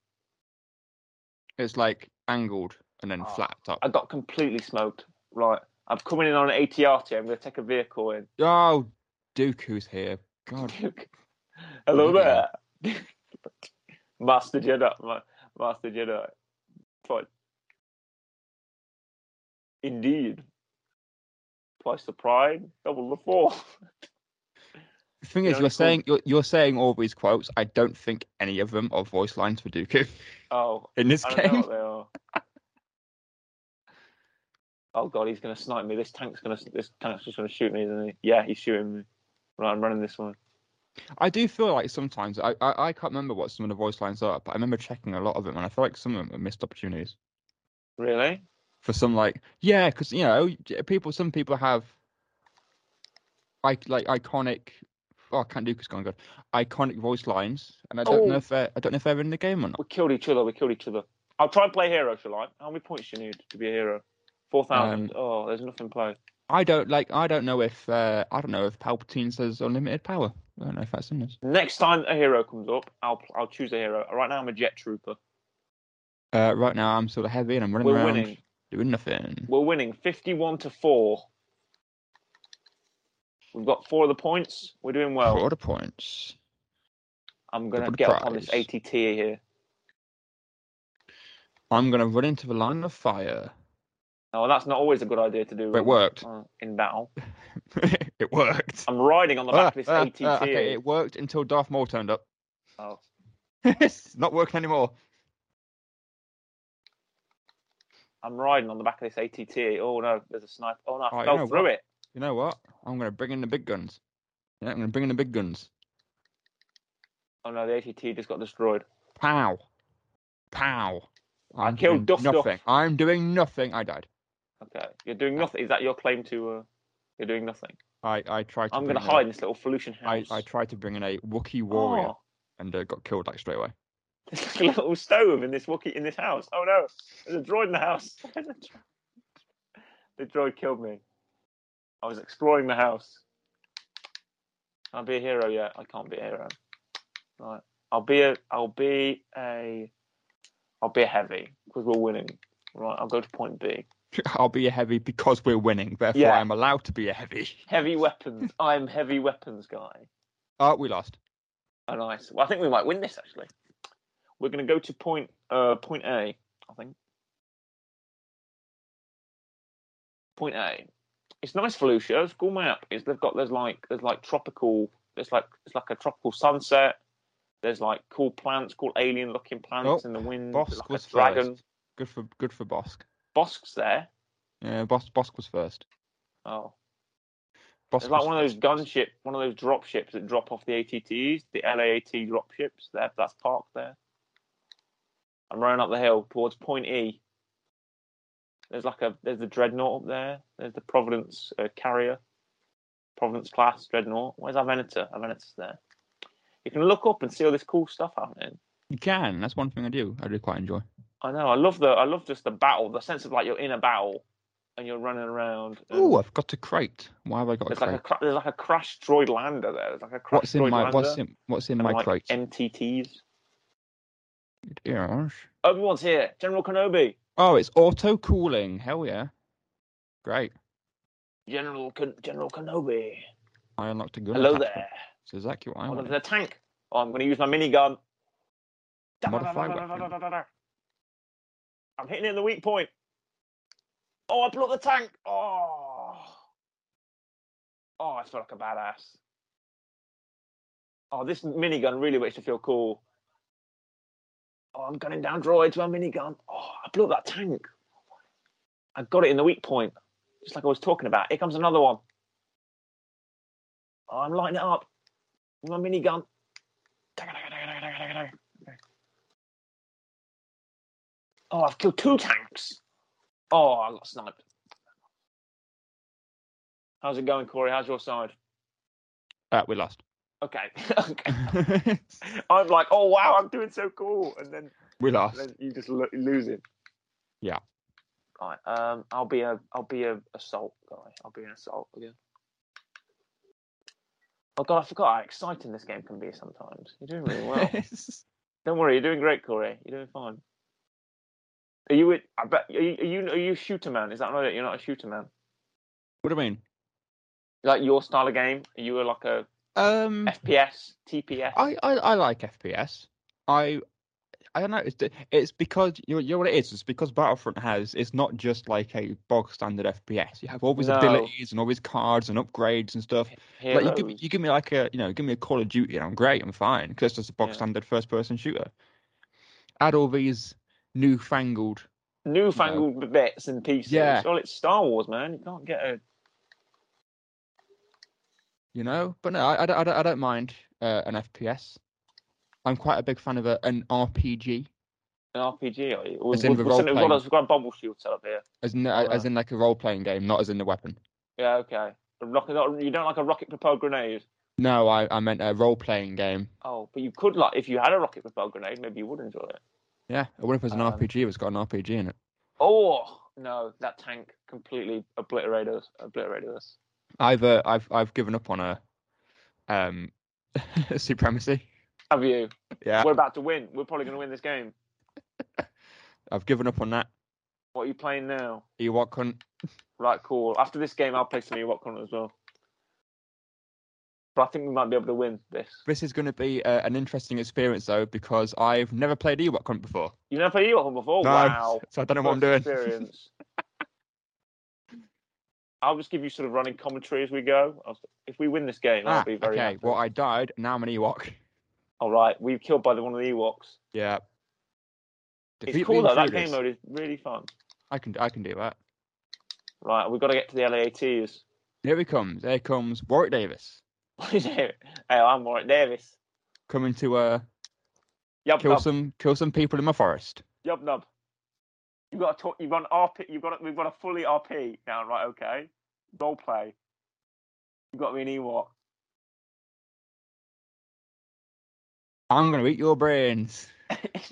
C: It's like angled and then
B: Oh.
C: flat top.
B: I got completely smoked. Right. I'm coming in on an ATRT. I'm going to take a vehicle in.
C: Oh, Dooku's here. God,
B: Hello
C: Oh. Yeah.
B: there, Master Jedi. Ma- Master Jedi. Fine. Indeed. Twice the pride, double the fall.
C: the thing
B: You
C: is,
B: know,
C: you're
B: it's called-
C: saying you're, you're saying all these quotes. I don't think any of them are voice lines for Dooku
B: Oh,
C: in this
B: I don't know
C: game.
B: what they are. oh god, he's gonna snipe me. This tank's gonna. This tank's just gonna shoot me, isn't he? Yeah, he's shooting me. Right, I'm running this one.
C: I do feel like sometimes I, I I can't remember what some of the voice lines are, but I remember checking a lot of them, and I feel like some of them are missed opportunities.
B: Really?
C: for some like yeah because you know j- people some people have like like iconic oh i can't do because gone good iconic voice lines and i don't
B: Oh.
C: know if they're i don't know if they're in the game or not
B: We killed each other. We killed each other. I'll try and play hero, shall I? How many points do you need to be a hero? Four thousand.
C: Um,
B: oh, there's nothing play.
C: i don't like i don't know if uh i don't know if palpatine says unlimited power i don't know if that's in this
B: Next time a hero comes up, I'll I'll choose a hero. Right now I'm a jet trooper.
C: uh right now i'm sort of heavy and i'm running
B: We're
C: around
B: winning.
C: doing nothing
B: We're winning, fifty-one to four. We've got four of the points. We're doing well.
C: quarter points
B: I'm gonna
C: Double the
B: get up on this
C: prize.
B: ATT here.
C: I'm gonna run into the line of fire.
B: Oh, that's not always a good idea to do
C: But it worked.
B: uh, in battle.
C: it worked.
B: I'm riding on the
C: Ah,
B: back of this
C: ah,
B: ATT.
C: ah, okay, it worked until Darth Maul turned up.
B: Oh.
C: it's not working anymore.
B: I'm riding on the back of this ATT. Oh no, there's a sniper. Oh no, I
C: Oh, you
B: fell
C: know
B: through
C: what?
B: it.
C: You know what? I'm gonna bring in the big guns. Yeah, I'm gonna bring in the big guns.
B: Oh no, the ATT just got destroyed.
C: Pow, pow. I'm
B: killed
C: doing
B: Duff Duff.
C: nothing. I'm doing nothing. I died.
B: Okay, you're doing
C: Ah.
B: nothing. Is that your claim to? Uh, you're doing nothing.
C: I I tried. To
B: I'm gonna
C: bring
B: hide in
C: A,
B: this little pollution
C: I
B: house.
C: I tried to bring in a Wookiee warrior
B: Oh,
C: and uh, got killed like straight away.
B: there's like a little stove in this Wookiee in this house. Oh no, there's a droid in the house. the droid killed me. I was exploring the house. I'll be a hero yet. I can't be a hero. Right. I'll be a. I'll be a. I'll be a heavy because we're winning. Right. I'll go to point B.
C: I'll be a heavy because we're winning. Therefore,
B: Yeah.
C: I'm allowed to be a heavy.
B: Heavy weapons. I'm heavy weapons guy.
C: Oh, we lost.
B: Oh, nice. Well, I think we might win this actually. We're going to go to point uh, point A, I think. Point A. It's nice Volusia. It's a cool map. Is they've got there's like there's like tropical. There's like it's like a tropical sunset. There's like cool plants, cool alien looking plants
C: Oh,
B: in the wind.
C: Bosk
B: Mm, like
C: was
B: a dragon.
C: first. Good for good for Bosk.
B: Bosk's there.
C: Yeah, Bosk, Bosk was first.
B: Oh,
C: Bosk
B: it's like
C: was
B: one of those
C: first.
B: gunship, one of those drop ships that drop off the ATTs, the LAAT drop ships. There, that's parked there. I'm running up the hill towards Point E. There's like a there's the dreadnought up there. There's the Providence uh, carrier, Providence class dreadnought. Where's Avenita? Avenita's there. You can look up and see all this cool stuff happening.
C: You can. That's one thing I do. I do quite enjoy.
B: I know. I love the I love just the battle, the sense of like you're in a battle and you're running around. and
C: Oh, I've got a crate. Why have I got a
B: There's
C: crate?
B: Mm. like a cra- there's like a crashed droid lander there. There's like a crashed
C: what's in
B: droid
C: my
B: lander.
C: what's in what's in
B: and,
C: my
B: like,
C: crate?
B: MTTs.
C: Gosh.
B: Obi-Wan's here. General Kenobi.
C: Oh, it's auto cooling. Hell yeah. Great.
B: General Ken- General Kenobi.
C: I unlocked a gun.
B: Hello
C: attachment.
B: there.
C: It's exactly what I
B: I'm
C: wanted.
B: going to the tank. Oh, I'm going to use my minigun.
C: Modify weapon.
B: I'm hitting it in the weak point. Oh, I blew up the tank. Oh. Oh, I feel like a badass. Oh, this minigun really makes you feel cool. Oh, I'm gunning down droids with my minigun. Oh, I blew up that tank. I got it in the weak point, just like I was talking about. Here comes another one. Oh, I'm lighting it up with my minigun. Oh, I've killed two tanks. Oh, I got sniped. How's it going, Corey? How's your side?
C: Ah, we lost.
B: Okay. okay. I'm like, oh wow, I'm doing so cool, and then,
C: we lost.
B: then you just lo- lose it.
C: Yeah.
B: Right. Um, I'll be a I'll be a assault guy. I'll be an assault again. Oh god, I forgot how exciting this game can be sometimes. You're doing really well. Don't worry, you're doing great, Corey. You're doing fine. Are you? a- I bet. Are you? Are you, are you a shooter man? Is that not it? You're not a shooter man.
C: what do I mean?
B: Like your style of game? Are you a, like a
C: Um,
B: FPS, TPS?
C: I, I I like FPS. I I don't know. It's the- it's because you you know what it is. It's because Battlefront has. It's not just like a bog standard FPS. You have all these
B: No.
C: abilities and all these cards and upgrades and stuff. Like you give me-
B: Heroes.
C: you give me like a you know give me a Call of Duty and I'm great. I'm fine because it's just a bog
B: Yeah.
C: standard first person shooter. Add all these newfangled.
B: newfangled bits and pieces.
C: Yeah.
B: Well, it's Star Wars, man. You can't get a.
C: You know, but no, I, I, don't- I, don't, I don't mind uh, an FPS. I'm quite a big fan of a, an RPG,
B: An RPG, are you? Or
C: As in the role
B: we've,
C: playing.
B: got, we've got a bubble shield set up here.
C: as in, uh,
B: Oh,
C: as in like a role playing game, not as in the weapon.
B: Yeah, okay. A rocket, not- you don't like a rocket propelled grenade?
C: No, I, I meant a role playing game.
B: Oh, but you could like if you had a rocket propelled grenade, maybe you would enjoy it.
C: Yeah, I wonder if it's an
B: Um,
C: RPG that's got an RPG in it.
B: Oh no, that tank completely obliterated us. Obliterated us.
C: I've uh, I've I've given up on a um supremacy.
B: Have you?
C: Yeah,
B: We're about to win. We're probably going to win this game.
C: I've given up on that.
B: What are you playing now?
C: Ewok cunt.
B: Right, cool. After this game, I'll play some Ewok Hunt as well. but I think we might be able to win this.
C: This is going to be uh, an interesting experience though because I've never played Ewok Hunt before.
B: You've never played Ewok Hunt before?
C: No,
B: Oh, wow.
C: so I don't know what I'm doing.
B: First Experience. I'll just give you sort of running commentary as we go. I'll, if we win this game,
C: Ah,
B: I'll be very
C: okay,
B: happy.
C: well I died. Now I'm an Ewok.
B: All right, we were killed by the one of the Ewoks.
C: Yeah.
B: it's
C: Defeat
B: cool
C: the
B: though. That
C: intruders.
B: game mode is really fun.
C: I can I can do that.
B: Right, we've got to get to the LATs.
C: Here he comes. Here comes Warwick Davis
B: What is it? Hey, I'm Warwick Davis.
C: coming to uh
B: Yub
C: kill
B: nub.
C: some kill some people in my forest.
B: Yub nub. You've got to talk. You've got an RP. You've got. A, we've got a fully RP now. Right. Okay. Role play. You've got me an Ewok.
C: I'm gonna eat your brains.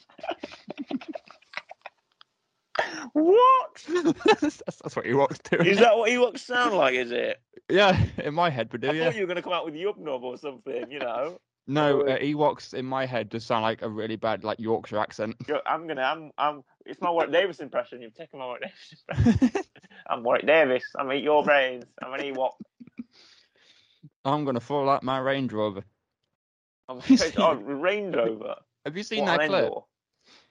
B: What?
C: that's, that's what Ewoks do.
B: Is that what Ewoks sound like? Is it?
C: Yeah, in my head, but do
B: I
C: yeah.
B: thought you were going to come out with Yub nub or something. You know.
C: No,
B: were-
C: uh, Ewoks in my head just sound like a really bad like Yorkshire accent.
B: Yo, I'm gonna. I'm. I'm. It's my Warwick Davis impression. You've taken my Warwick Davis impression. I'm Warwick Davis. I'm gonna eat your brains. I'm an Ewok.
C: I'm gonna fall out my Range Rover.
B: I'm oh, Range Rover.
C: Have you seen
B: What,
C: that
B: an
C: clip?
B: Endor?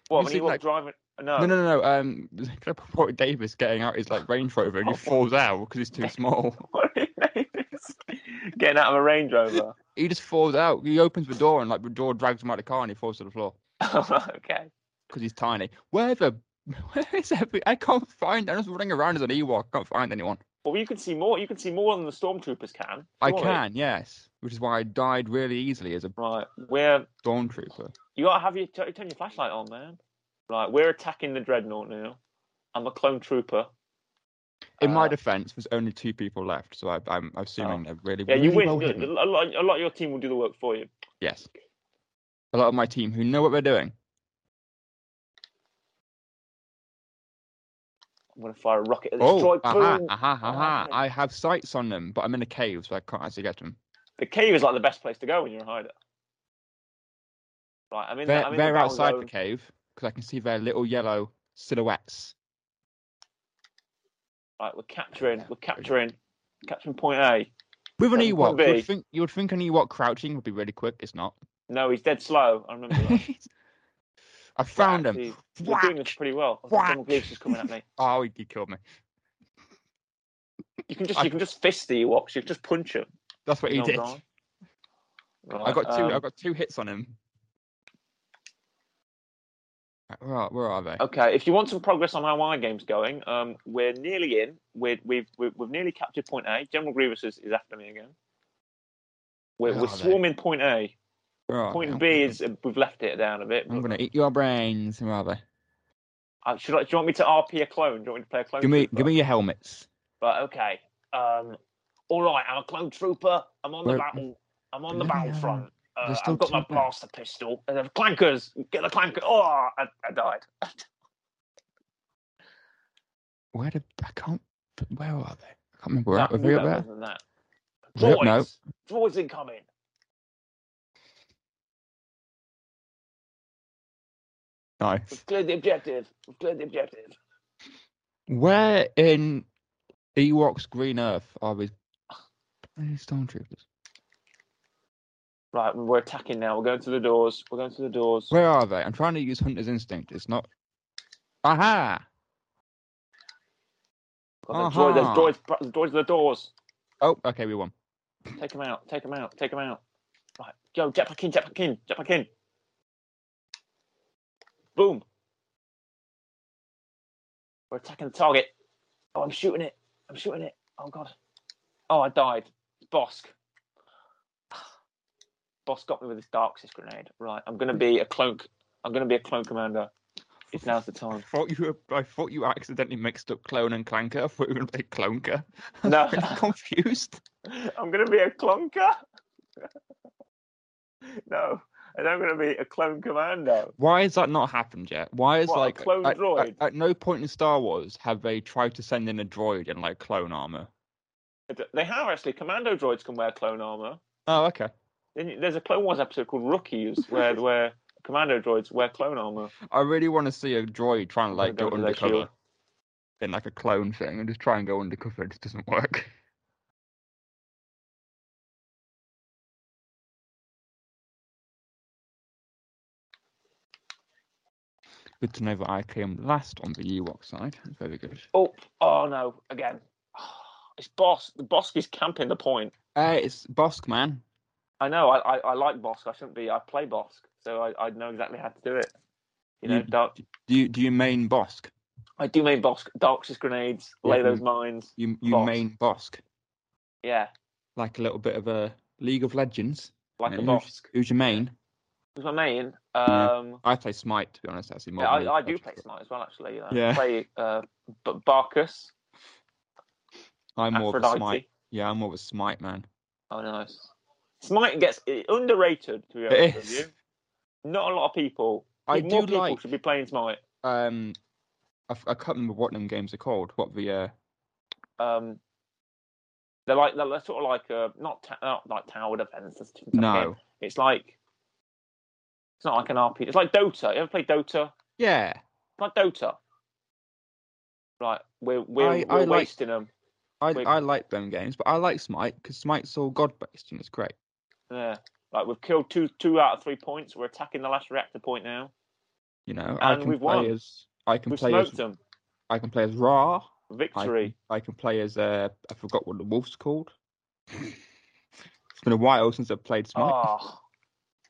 B: What?
C: Have
B: When
C: you
B: Ewok
C: seen that-
B: driving?
C: No, no, no. no. Um, clip of Warwick Davis getting out his like Range Rover and he
B: Oh.
C: falls out because he's too small.
B: Warwick Davis getting out of a Range Rover.
C: He just falls out. He opens the door and like the door drags him out of the car and he falls to the floor
B: okay.
C: because he's tiny. Where the where is every? I can't find. I'm just running around as an Ewok. Can't find anyone.
B: Well, you can see more. You can see more than the stormtroopers can.
C: I
B: surely.
C: can, yes, which is why I died really easily as a
B: Right, we're
C: stormtrooper.
B: you gotta have your turn your flashlight on, man. Right, we're attacking the dreadnought now. I'm a clone trooper.
C: In my
B: Uh,
C: defense, there's only two people left, so I, I'm assuming they're really,
B: Ah. yeah, you
C: really
B: win.
C: well
B: a,
C: hidden.
B: lot, a lot of your team will do the work for you.
C: Yes. A lot of my team who know what they're doing.
B: I'm gonna fire a rocket at this
C: Oh,
B: droid.
C: aha,
B: Boom.
C: aha, aha.
B: Alright.
C: I have sights on them, but I'm in a cave, so I can't actually get them.
B: The cave is like the best place to go when you're a hider. Right, I'm in.
C: They're,
B: the, I'm in
C: they're
B: the battle
C: outside
B: zone.
C: the cave because I can see their little yellow silhouettes.
B: Right, we're capturing.
C: Yeah,
B: We're
C: okay.
B: capturing. Capturing point A.
C: With an
B: Yeah, it would
C: Ewok, you
B: be.
C: would, think, you would think an Ewok crouching would be really quick. It's not.
B: No, he's dead slow. I remember that.
C: I found
B: him.
C: him.
B: You're doing this
C: Whack!
B: pretty well. I think
C: Whack.
B: Donald Gleeson's coming at me.
C: Oh, he, he killed me.
B: You can just
C: I-
B: you can just fist the Ewoks. You can just punch them.
C: That's what he did. I got
B: Um,
C: two. I got two hits on him. Right, Where are, where are they?
B: Okay, if you want some progress on how our game's going, um, we're nearly in. We're, we've we've we've nearly captured point A. General Grievous is, is after me again. We're,
C: Where
B: we're
C: are they?
B: swarming point A.
C: Where are
B: Point
C: they?
B: B is uh, we've left it down a bit.
C: I'm
B: but-
C: gonna eat your brains. Where are they?
B: Uh, should I, do you want me to RP a clone? Do you want me to play a clone?
C: Give me,
B: trooper?
C: give me your helmets.
B: Right, okay. Um, all right, I'm a clone trooper. I'm on
C: Where-
B: the battle. I'm on the
C: Bloody
B: battlefront. Uh,
C: There's still
B: I've got my
C: two back.
B: blaster pistol. And I've clankers. Get the clanker. Oh, I, I died.
C: Where did I can't? Where are they? I can't remember. Where,
B: That-
C: are they up
B: that
C: there?
B: wasn't that.
C: Were they up- no.
B: Droids. Droids incoming.
C: Nice.
B: We've cleared the objective. We've cleared the objective.
C: Where in Ewoks Green Earth are these bloody stormtroopers?
B: Right, we're attacking now. We're going through the doors. We're going through the doors.
C: Where are they? I'm trying to use Hunter's Instinct. It's not. Aha!
B: God, there's droid- there's
C: Aha.
B: droids, there's droids at the doors.
C: Oh, okay, we won.
B: Take them out. Take them out. Take them out. Right, go. Jetpack in. Jetpack in. Jetpack in. Boom. We're attacking the target. Oh, I'm shooting it. I'm shooting it. Oh god. Oh, I died. It's Bosk. Bosk got me with his Darksis grenade. Right, I'm gonna be a clone. I'm gonna be a clone commander. If now's the
C: I
B: time.
C: thought you were, I thought you accidentally mixed up clone and clanker. I thought you were going to play clonker. I'm
B: No.
C: really confused.
B: I'm gonna be a clonker. no, and I'm gonna be a clone commando.
C: Why has that not happened yet? Why is
B: What, a
C: like
B: clone
C: at,
B: droid?
C: At, at no point in Star Wars have they tried to send in a droid in like clone armor.
B: They have actually. Commando droids can wear clone armor.
C: Oh, okay.
B: Then There's a Clone Wars episode called Rookies where where commando droids wear clone armor.
C: I really want to see a droid trying
B: Wanna
C: to like
B: go
C: go,
B: under their shield.
C: undercover in like a clone thing and just try and go undercover. It just doesn't work. Good to know that I came last on the Ewok side. That's very good.
B: Oh, oh no, again. It's Bosk. The Bosk is camping the point.
C: Uh, it's Bosk, man.
B: I know. I, I, I like Bosk. I shouldn't be. I play Bosk, so I, I know exactly how to do it. You know,
C: You-
B: dark,
C: Do you do you main Bosk?
B: I do main Bosk. Darkshire grenades. Lay
C: Yeah.
B: those mines.
C: You you
B: Bosk.
C: main Bosk
B: Yeah,
C: like a little bit of a League of Legends.
B: like a
C: Yeah,
B: Bosk.
C: Who's your main?
B: Who's my main?
C: Yeah.
B: Um,
C: I play Smite. To be honest, actually. more
B: yeah,
C: than
B: I, I
C: League
B: do
C: of
B: play
C: Legends.
B: Smite as well, actually. You know.
C: Yeah.
B: I play uh, B- Barkus,
C: I'm more of a Smite.
B: Aphrodite.
C: Yeah, I'm more of a Smite man.
B: Oh, nice. Smite gets underrated, to be
C: It
B: honest with
C: is.
B: you. Not a lot of people.
C: I
B: more
C: do
B: people
C: like-
B: should be playing Smite.
C: Um, I, f- I can't remember what them games are called. What the uh,
B: Um, they're like they're sort of like uh, not ta- not like tower defense. That's a different
C: no.
B: game. it's like it's not like an RP. It's like Dota. You ever play Dota?
C: Yeah,
B: Like Dota. Right, we're we're,
C: I-
B: we're
C: I like-
B: wasting them.
C: I
B: Wait.
C: I like them games, but I like Smite because Smite's all god based and it's great.
B: Yeah, like we've killed two two out of three points. We're attacking the last reactor point now.
C: You know, I
B: And
C: can
B: we've
C: play
B: won.
C: as I can
B: We've
C: play
B: smoked
C: as
B: them.
C: I can play as Ra. I
B: Victory.
C: can, I can play as uh, I forgot what the wolf's called. it's been a while since I've played Smite.
B: Ah,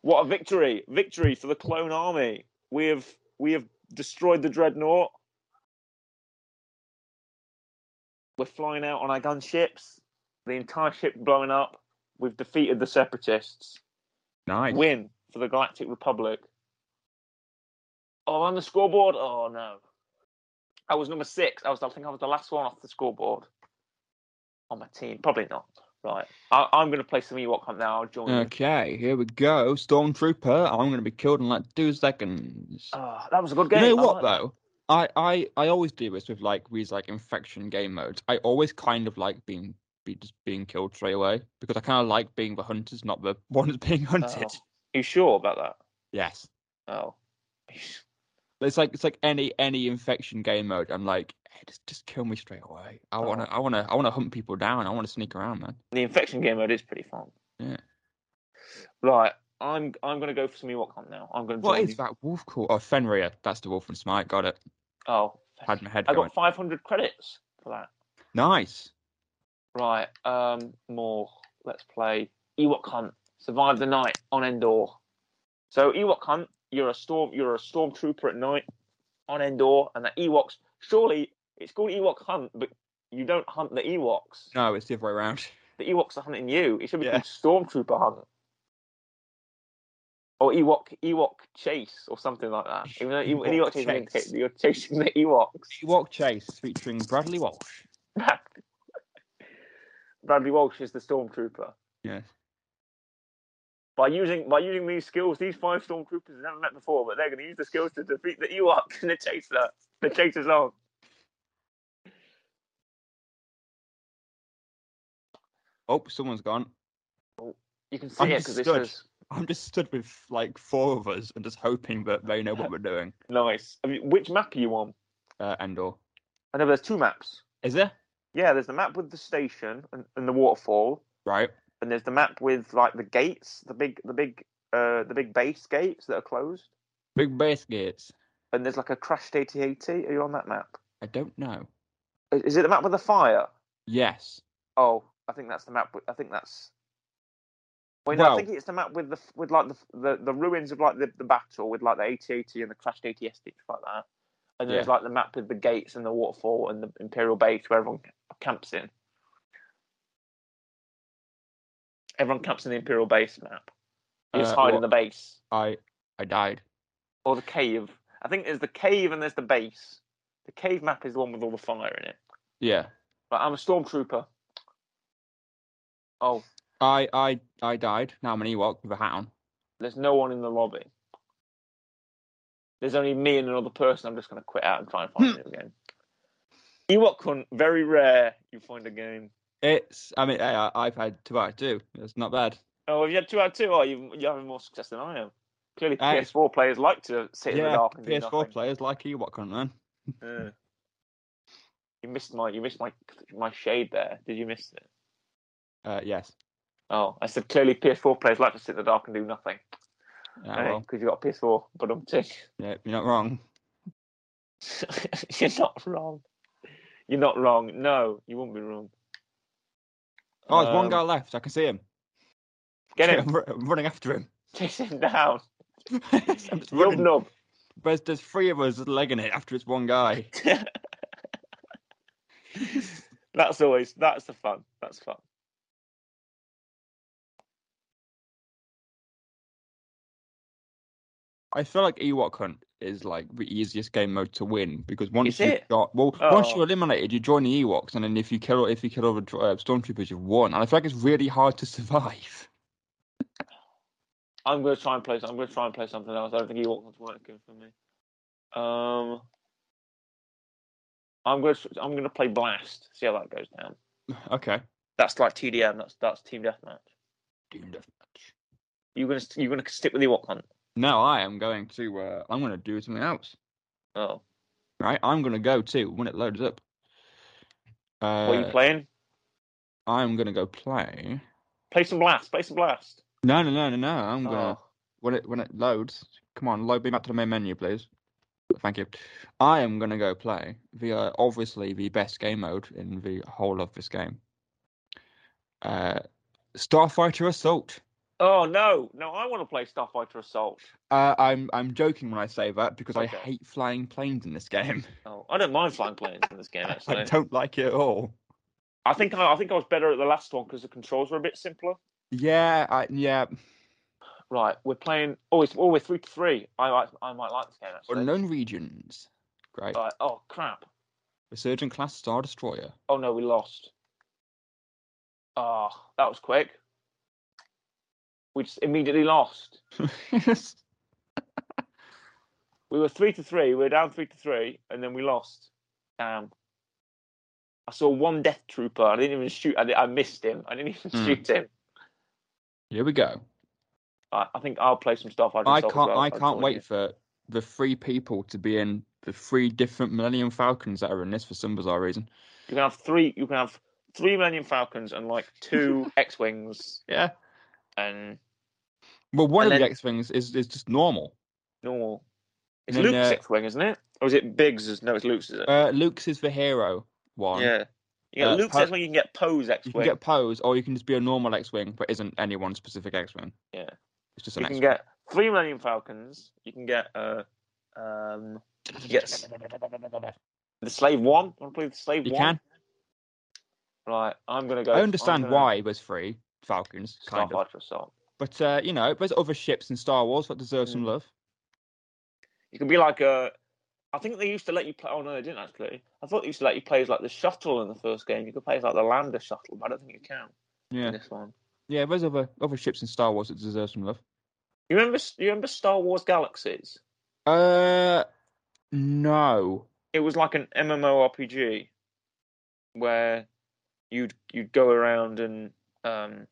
B: what a victory! Victory for the clone army. We have we have destroyed the dreadnought. We're flying out on our gunships. The entire ship blowing up. We've defeated the separatists.
C: nice.
B: Win for the Galactic Republic. Oh, on the scoreboard. Oh no, I was number six. I was. I think I was the last one off the scoreboard on my team. Probably not. Right. I, I'm going to play some Ewok hunt now. I'll join. you.
C: Okay, here we go. Stormtrooper. I'm going to be killed in like two seconds.
B: Oh, that was a good
C: you
B: game.
C: know
B: I
C: what
B: liked it.
C: though? I, I I always do this with like these like infection game modes. I always kind of like being be just being killed straight away because I kind of like being the hunters, not the ones being hunted.
B: Oh. you sure about
C: Yes.
B: that? Oh.
C: It's like it's like any any infection game mode. I'm like, "Hey, just just kill me straight away. I wanna I wanna I wanna hunt people down. I wanna sneak around, man.
B: The infection game mode is pretty fun.
C: Yeah.
B: Right. I'm I'm gonna go for some Ewok hunt now. I'm gonna
C: What
B: join
C: is
B: you.
C: that wolf called? Oh, Fenrir. That's the wolf from Smite. Got it.
B: Oh
C: Had my head
B: I
C: going.
B: got five hundred credits for that.
C: Nice.
B: Right, um more. Let's play Ewok Hunt. Survive the night on Endor. So Ewok Hunt, you're a storm you're a stormtrooper at night on Endor and the Ewoks surely it's called Ewok Hunt, but you don't hunt the Ewoks.
C: No, it's the other way around.
B: The Ewoks are hunting you. It should be
C: Yeah.
B: called Stormtrooper Hunt. Or Ewok Ewok Chase or something like that. Even though Ew- an
C: Ewok
B: Ewok Chase, isn't
C: Chase.
B: it? you're chasing the Ewoks.
C: Ewok Chase featuring Bradley Walsh.
B: Bradley Walsh is the Stormtrooper.
C: Yeah.
B: By using by using these skills, these five Stormtroopers have never met before, but they're going to use the skills to defeat the Ewoks and the Chaser. The Chaser's on.
C: Oh, someone's gone.
B: You can see
C: I'm
B: it because it
C: stood.
B: says
C: I'm just stood with like four of us and just hoping that they know what we're doing.
B: nice. I mean, which map are you on?
C: Uh, Endor.
B: I know there's two maps.
C: Is there?
B: Yeah, there's the map with the station and, and the waterfall,
C: Right.
B: and there's the map with like the gates, the big, the big, uh, the big base gates that are closed,
C: Big baskets.
B: and there's like a crashed AT-AT. Are you on that map?
C: I don't know.
B: I- Is it the map with the fire?
C: Yes.
B: Oh, I think that's the map. With, I think that's. Wait, no, I
C: Well-
B: think it's the map with the f- with like the f- the, the ruins of like the, the battle with like the AT-AT and the crashed AT-ST stuff like that, and there's
C: Yeah.
B: like the map with the gates and the waterfall and the Imperial base where everyone camps in. Everyone camps in the Imperial base map. You just
C: Uh,
B: hide
C: what-
B: in the base
C: I I died.
B: or the cave. I think there's the cave and there's the base. The cave map is the one with all the fire in it.
C: Yeah.
B: But I'm a stormtrooper. Oh,
C: I I I died. Now I'm an Ewok with a hat on.
B: There's no one in the lobby. There's only me and another person. I'm just going to quit out and try and
C: Hmm.
B: find it again. Ewok Hunt, very rare you find a game.
C: It's I mean I, I- I've had two out of two. It's not bad.
B: Oh, have you had two out of two? Oh, you, you're having more success than I am. Clearly,
C: Uh,
B: PS4 players like to sit in the
C: Yeah,
B: dark and do
C: PS4
B: nothing.
C: players like Ewok on man.
B: Yeah. You missed my, you missed my, my shade there. Did you miss it?
C: Uh, yes.
B: Oh, I said clearly PS4 players like to sit in the dark and do nothing.
C: Yeah,
B: Because
C: Oh, well,
B: you got a PS4, but I'm tick.
C: yeah, you're not wrong.
B: You're not wrong. You're not wrong. No, you wouldn't be wrong.
C: Oh, there's one
B: Um,
C: guy left. I can see him.
B: Get
C: I'm,
B: him.
C: ru- I'm running after him.
B: Chase him down.
C: I'm just
B: Rub
C: running.
B: nub.
C: There's, there's three of us legging it after it's one guy.
B: That's always that's the fun. That's fun.
C: I feel like Ewok Hunt is like the easiest game mode to win because once
B: Is
C: you
B: it?
C: got well, once
B: Oh.
C: you're eliminated, you join the Ewoks, and then if you kill if you kill all the dr- uh, stormtroopers, you've won. And I feel like it's really hard to survive.
B: I'm gonna try and play. I'm gonna try and play something else. I don't think Ewok was working for me. Um, I'm gonna I'm gonna play Blast. See how that goes down.
C: Okay.
B: That's like TDM. That's that's Team Deathmatch.
C: Doom deathmatch.
B: You're gonna you're gonna stick with Ewok Hunt.
C: No, I am going to. Uh, I'm going to do something else.
B: Oh,
C: Right, I'm going to go too when it loads up. Uh,
B: what are you playing?
C: I'm going to go play.
B: Play some Blast. Play some Blast.
C: No, no, no, no, no. I'm gonna
B: Oh.
C: when it when it loads. Come on, load me back to the main menu, please. Thank you. I am gonna go play the uh, obviously the best game mode in the whole of this game. Uh, Starfighter Assault.
B: Oh no, no! I want to play Starfighter Assault.
C: Uh, I'm I'm joking when I say that because
B: Okay.
C: I hate flying planes in this game.
B: Oh, I don't mind flying planes in this game.
C: I
B: Actually,
C: don't like it at all.
B: I think I, I think I was better at the last one because the controls were a bit simpler.
C: Yeah, I, yeah.
B: Right, we're playing. Oh, it's oh, we're three to three. I like I might like this game
C: Oh,
B: actually.
C: Unknown regions. Great.
B: Right, oh crap!
C: Resurgent class Star Destroyer.
B: Oh no, we lost. Ah, that was quick. We just immediately lost. We were three to three. We were down three to three, and then we lost. Damn. I saw one death trooper. I didn't even shoot. I, di- I missed him. I didn't even
C: Hmm.
B: shoot him.
C: Here we go.
B: I, I think I'll play some stuff.
C: I can't. I can't wait for the three people to be in the three different Millennium Falcons that are in this for some bizarre reason.
B: You can have three. You can have three Millennium Falcons and like two X wings
C: Yeah.
B: and
C: Well, one
B: And
C: of the
B: then-
C: X wings is is just normal.
B: normal. It's
C: And then,
B: Luke's
C: uh,
B: X wing, isn't it? Or is it Biggs? No, it's Luke's. Is it?
C: Uh, Luke's is the hero one.
B: yeah. You get
C: uh,
B: Luke's
C: Po-
B: X wing. You can get Poe's X
C: You can
B: wing.
C: get pose, or you can just be a normal X wing, but isn't any one specific X wing.
B: Yeah.
C: It's just
B: you
C: an
B: can
C: X.
B: get three Millennium Falcons. You can get uh um yes the Slave One. Want to play the Slave
C: You
B: One?
C: can.
B: Right, I'm gonna go.
C: I
B: I'm
C: understand
B: gonna
C: why there's three Falcons, kind of.
B: Starfighter Assault.
C: But uh, you know, there's other ships in Star Wars that deserve some
B: Mm.
C: love.
B: You can be like a. I think they used to let you play. Oh no, they didn't actually. I thought they used to let you play as like the shuttle in the first game. You could play as like the lander shuttle, but I don't think you can
C: Yeah.
B: in this one.
C: Yeah. There's other other ships in Star Wars that deserve some love.
B: You remember? You remember Star Wars Galaxies?
C: Uh, no.
B: It was like an MMORPG where you'd you'd go around and um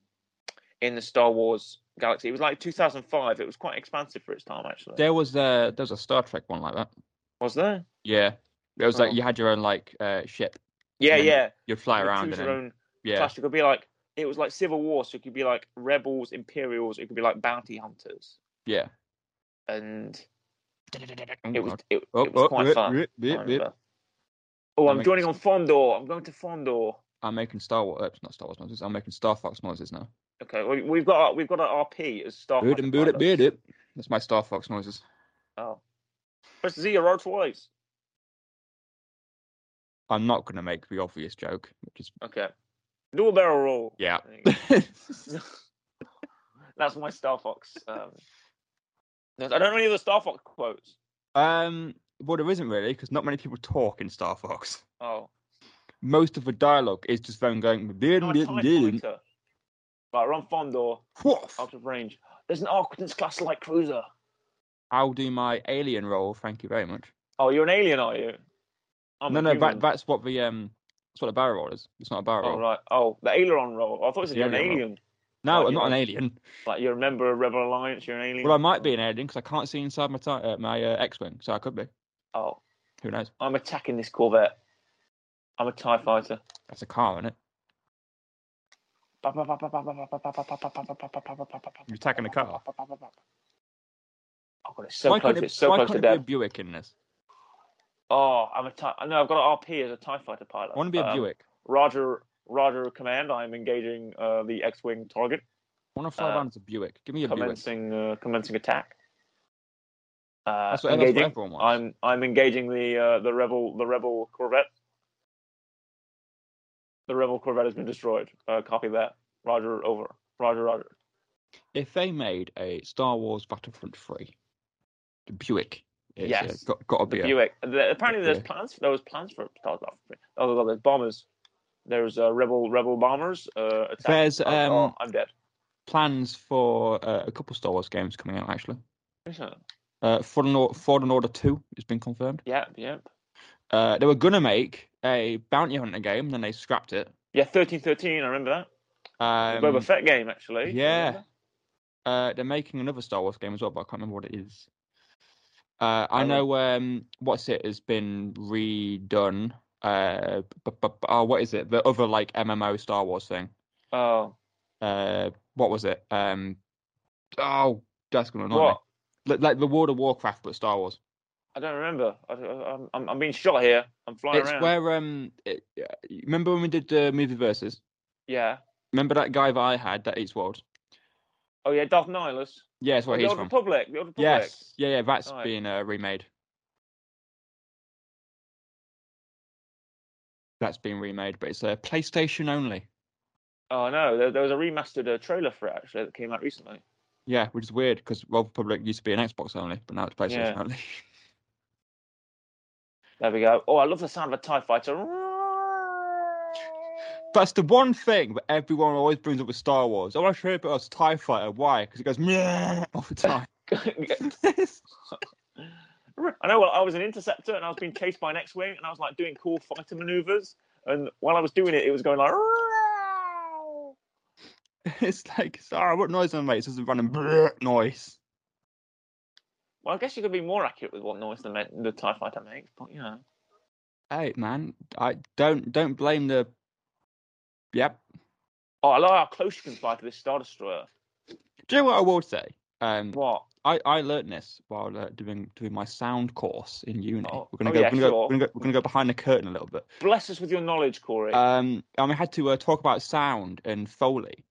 B: in the Star Wars Galaxy. It was like 2005. It was quite expansive for its time, actually.
C: There was a there was a Star Trek one like that.
B: was there?
C: Yeah, it was
B: Oh.
C: like you had your own like uh, ship.
B: Yeah,
C: then
B: yeah.
C: You'd fly
B: You
C: around
B: choose
C: and
B: your
C: then,
B: own
C: yeah,
B: class. You could be like it was like Civil War, so it could be like rebels, Imperials. It could be like bounty hunters,
C: yeah.
B: and
C: Oh,
B: it was
C: God.
B: it,
C: Oh,
B: it was
C: oh,
B: quite
C: blip,
B: fun.
C: blip, blip,
B: I
C: blip.
B: remember. Oh,
C: That
B: I'm
C: makes
B: joining on Fondor. I'm going to Fondor.
C: I'm making Star Wars. Uh, not Star Wars noises. I'm making Star Fox noises now.
B: Okay, we- we've got our, we've got our RP as Star.
C: Boot it, boot it, boot it. That's my Star Fox noises.
B: Oh, press Z or twice.
C: I'm not gonna make the obvious joke, which is
B: Okay, dual barrel roll.
C: yeah.
B: There you go. That's my Star Fox. Um, I don't know any of the Star Fox quotes.
C: um, well, there isn't really because not many people talk in Star Fox.
B: Oh,
C: Most of the dialogue is just them going.
B: no,
C: "Didn't,
B: I
C: didn't,
B: typewriter.
C: didn't."
B: Right, we're on Fondor,
C: Woof.
B: out of range. There's an Arquitans class light cruiser.
C: I'll do my alien role. Thank you very much.
B: Oh, you're an alien, are you? I'm
C: no,
B: a
C: no,
B: human.
C: that, that's what the um, that's what a barrel roll is. It's not a barrel
B: Oh,
C: roll.
B: right. Oh, the aileron roll. I thought it
C: It's
B: said
C: the
B: you're an
C: aileron roll.
B: alien.
C: No,
B: right,
C: I'm
B: you're
C: not an
B: right.
C: alien.
B: Like, you're a member of Rebel Alliance, you're an alien.
C: Well, I might be an alien because I can't see inside my ti- uh, my uh, X-wing, so I could be.
B: Oh,
C: Who knows?
B: I'm attacking this Corvette. I'm a TIE fighter.
C: That's a car, isn't it? You're attacking a car.
B: Oh, God, it's so
C: why
B: close.
C: couldn't it,
B: It's so
C: why
B: close to
C: couldn't it
B: death.
C: be a Buick in this?
B: Oh, I'm a tie. No, I've got an RP as a Tie Fighter pilot.
C: I want to be a
B: Um,
C: Buick.
B: Roger, Roger, command. I'm engaging uh, the X-wing target.
C: I want to fly
B: uh,
C: around as a Buick. Give me a Buick.
B: Commencing, uh, commencing attack. Uh,
C: That's what, that's what
B: engaging.
C: everyone wants.
B: I'm I'm engaging the uh, the rebel the rebel corvette. The rebel corvette has been destroyed. Uh, copy that. Roger, over. Roger, Roger.
C: If they made a Star Wars Battlefront 3, the Buick is
B: Yes.
C: uh, got, got to be
B: The
C: a
B: Buick. The- apparently, there's
C: Yeah.
B: plans. There was plans for Star Wars. Oh god, there's bombers. There's uh, rebel rebel bombers. Uh, attack.
C: There's
B: Oh,
C: um,
B: oh, I'm dead.
C: plans for uh, a couple Star Wars games coming out actually.
B: Isn't it?
C: Uh, Fallen, or- Fallen Order Two has been confirmed.
B: Yep, yep.
C: Uh, they were gonna make a bounty hunter game, then they scrapped it.
B: Yeah, thirteen thirteen. I remember that.
C: Um,
B: Boba Fett game actually.
C: yeah.
B: Remember?
C: uh, they're making another Star Wars game as well, but I can't remember what it is. Uh, I
B: Oh.
C: know um, what's it has been redone. Uh, but, but, oh, what is it? The other like MMO Star Wars thing.
B: Oh,
C: Uh, what was it? Um, oh, that's gonna annoy
B: what?
C: me. Like, like the World of Warcraft, but Star Wars.
B: I don't remember. I, I, I'm- I'm I'm being shot here. I'm flying
C: It's
B: around.
C: where um, it, yeah, you remember when we did the movie versus?
B: Yeah.
C: Remember that guy that I had that eats worlds?
B: Oh yeah, Darth Nihilus.
C: Yeah, that's where
B: the
C: he's
B: Old
C: from.
B: Republic. The Old Republic.
C: Yes, yeah, yeah, that's
B: Right.
C: being uh, remade. That's being remade, but it's a uh, PlayStation only.
B: Oh no, there, there was a remastered uh, trailer for it actually that came out recently.
C: Yeah, which is weird because World Republic used to be an Xbox only, but now it's PlayStation
B: Yeah.
C: only.
B: There we go. Oh, I love the sound of a Tie Fighter.
C: That's the one thing that everyone always brings up with Star Wars. I want to hear about us Tie Fighter. Why? Because it goes meh all the time.
B: I know. Well, I was an interceptor and I was being chased by an X-wing and I was like doing cool fighter maneuvers. And while I was doing it, it was going like.
C: it's like, sorry, what noise am I making? It's just a random bleh noise.
B: Well, I guess you could be more accurate with what noise the, ma- the Tie Fighter makes, but you know.
C: Hey, man, I don't don't blame the. Yep,
B: Oh, I love how close you can fly to this Star Destroyer.
C: Do you know what I will say? Um,
B: What?
C: I, I learnt this while uh, doing doing my sound course in uni.
B: Oh,
C: we're gonna
B: oh
C: go,
B: yeah,
C: we're gonna go,
B: sure.
C: we're gonna go, we're gonna go behind the curtain a little bit.
B: Bless us with your knowledge, Corey.
C: Um, and we had to uh, talk about sound and foley.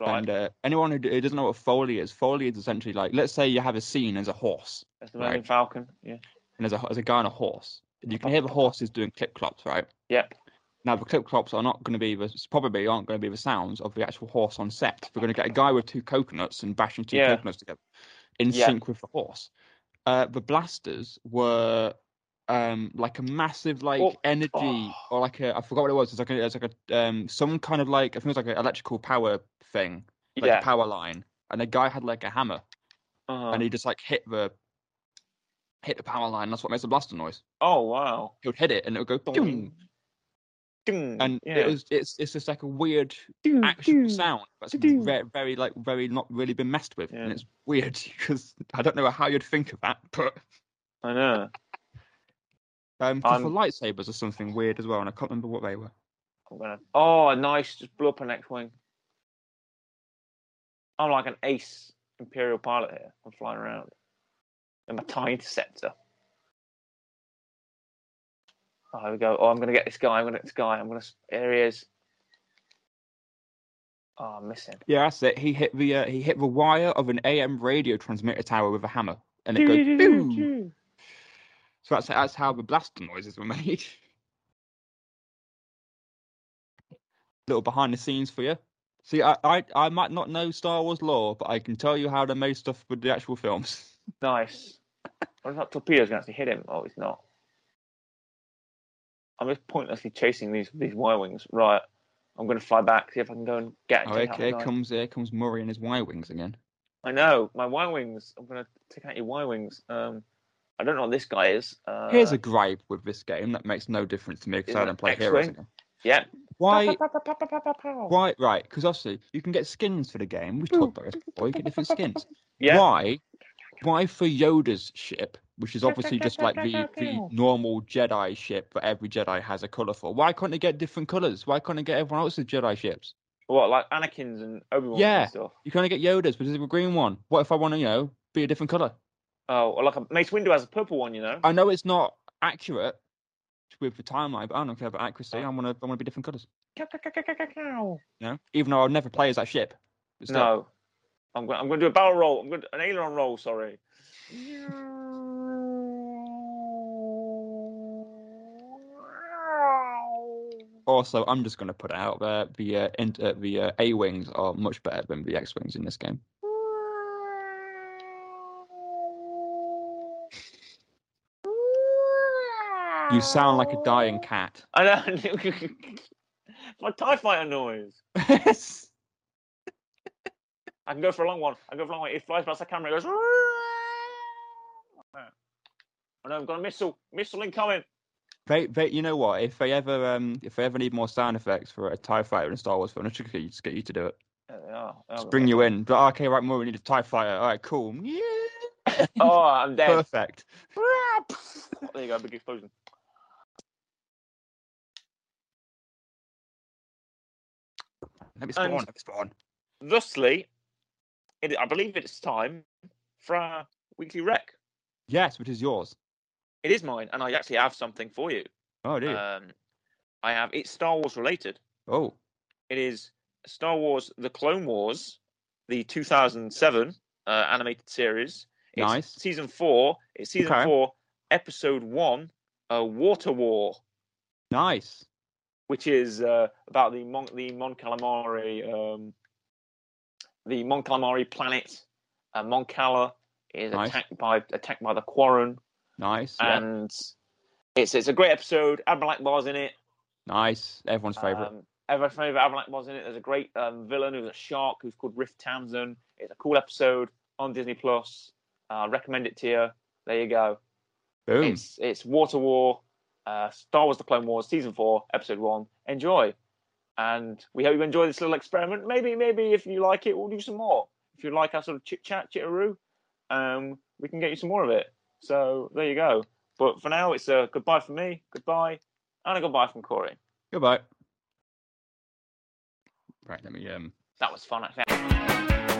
B: right.
C: And uh, anyone who, d- who doesn't know what foley is, foley is essentially like, let's say you have a scene as a horse,
B: That's the Millennium
C: right.
B: Falcon. Yeah.
C: and there's a there's a guy on a horse. And you can hear the horse is doing clip clops, right?
B: Yep.
C: Now the clip clops are not going to be the probably aren't going to be the sounds of the actual horse on set. We're going to get a guy with two coconuts and bashing two
B: Yeah.
C: coconuts together in
B: Yeah.
C: sync with the horse. Uh, the blasters were um, like a massive like
B: Oh.
C: energy
B: Oh.
C: or like a I forgot what it was. It's like a, it's like a um, some kind of like I think it was like an electrical power thing, like
B: yeah.
C: a power line. And the guy had like a hammer,
B: Uh-huh.
C: and he just like hit the hit the power line. That's what makes the blaster noise.
B: Oh wow.
C: He would hit it, and it would go.
B: Ding.
C: Doom.
B: Ding.
C: And
B: yeah.
C: it was it's it's just like a weird
B: Ding,
C: actual
B: ding.
C: sound that's
B: Do-do.
C: very, very like very not really been messed with
B: Yeah.
C: and it's weird because i don't know how you'd think of that but
B: I know.
C: um 'cause the
B: Um,
C: lightsabers are something weird as well and i can't remember what they were
B: I'm gonna. Oh, nice. Just blew up an X-wing. I'm like an ace Imperial pilot here. I'm flying around. And my tie interceptor. Oh, here we go. Oh, I'm gonna get this guy. I'm gonna get this guy. I'm gonna. There he is. Oh, I'm missing.
C: yeah that's it he hit the uh, he hit the wire of an am radio transmitter tower with a hammer and it goes boom so that's that's how the blaster noises were made little behind the scenes for you see I, I i might not know star wars lore but i can tell you how they made stuff with the actual films
B: Nice. I thought torpedoes gonna actually hit him. Oh, it's not. I'm just pointlessly chasing these these Y wings. Right. I'm gonna fly back. See if I can go and get. take
C: Oh, here,
B: out the
C: here
B: guy.
C: comes here comes Murray and his Y wings again.
B: I know my Y wings. I'm gonna take out your Y wings. Um, I don't know what this guy is. Uh,
C: Here's a gripe with this game that makes no difference to me because
B: Isn't
C: I
B: it
C: don't play
B: X-Wing?
C: Heroes again.
B: yeah.
C: Why?
B: Pow, pow, pow, pow, pow, pow, pow, pow.
C: Why? Right? Because obviously you can get skins for the game. We've talked about this before. You get different skins.
B: Yeah.
C: Why? Why for Yoda's ship, which is obviously just like the, the normal Jedi ship, but every Jedi has a color for. Why can't they get different colors? Why can't they get everyone else's Jedi ships?
B: What like Anakin's and Obi Wan
C: Yeah.
B: and stuff.
C: You can only get Yoda's, but it's a green one. What if I want to, you know, be a different color?
B: Oh, or like a Mace Windu has a purple one, you know.
C: I know it's not accurate with the timeline, but I don't care about accuracy. I want to. I want to be different colors.
B: No,
C: You know, even though I'll never play as that ship. but still.
B: I'm going. I'm going to do a barrel roll. I'm going to, an aileron roll. Sorry.
C: Also, I'm just going to put it out there: the uh, in, uh, the uh, A wings are much better than the X wings in this game. You sound like a dying cat.
B: I know. My Tie Fighter noise. I can go for a long one. I can go for a long one. It flies past the camera. It goes. I know. I've got a missile. Missile incoming.
C: They, they, you know what? If they ever, um, if they ever need more sound effects for a Tie Fighter in Star Wars film, they should get you- just get you to do it.
B: There they are. Oh,
C: Just bring you in. But okay, right, more. We need a Tie Fighter. All right, cool. Yeah.
B: Oh, I'm dead. Oh,
C: Perfect.
B: there you go. Big explosion.
C: Let me spawn.
B: And-
C: Let me spawn.
B: Thusly, it, I believe it's time for our weekly rec.
C: Yes, which is yours.
B: It is mine, and I actually have something for you.
C: Oh, do you?
B: Um, I have. It's Star Wars related.
C: oh,
B: It is Star Wars: The Clone Wars, the 2007 uh, animated series. It's
C: Nice.
B: Season four. It's season
C: Okay.
B: four, episode one, uh, Water War,
C: nice.
B: which is uh, about the Mon the Mon Calamari um, the Mon Calamari planet. Uh, Mon Cala is
C: Nice.
B: attacked by attacked by the Quarren,
C: Nice. Yeah.
B: and it's it's a great episode. Admiral Ackbar's in it.
C: nice. Everyone's favorite.
B: Um, everyone's favourite Avalanche was in it. There's a great um, villain who's a shark who's called Riff Tamsin. It's a cool episode on Disney Plus. Uh, recommend it to you. There you go.
C: Boom.
B: It's it's Water War, uh, Star Wars: The Clone Wars, season four, episode one. Enjoy, and we hope you enjoy this little experiment. Maybe maybe if you like it, we'll do some more. If you like our sort of chit chat chitteroo, um, we can get you some more of it. So there you go. But for now, it's a goodbye from me, goodbye, and a goodbye from Corey.
C: Goodbye. Right. Let me um.
B: That was fun. Actually.
A: Oh, Oh,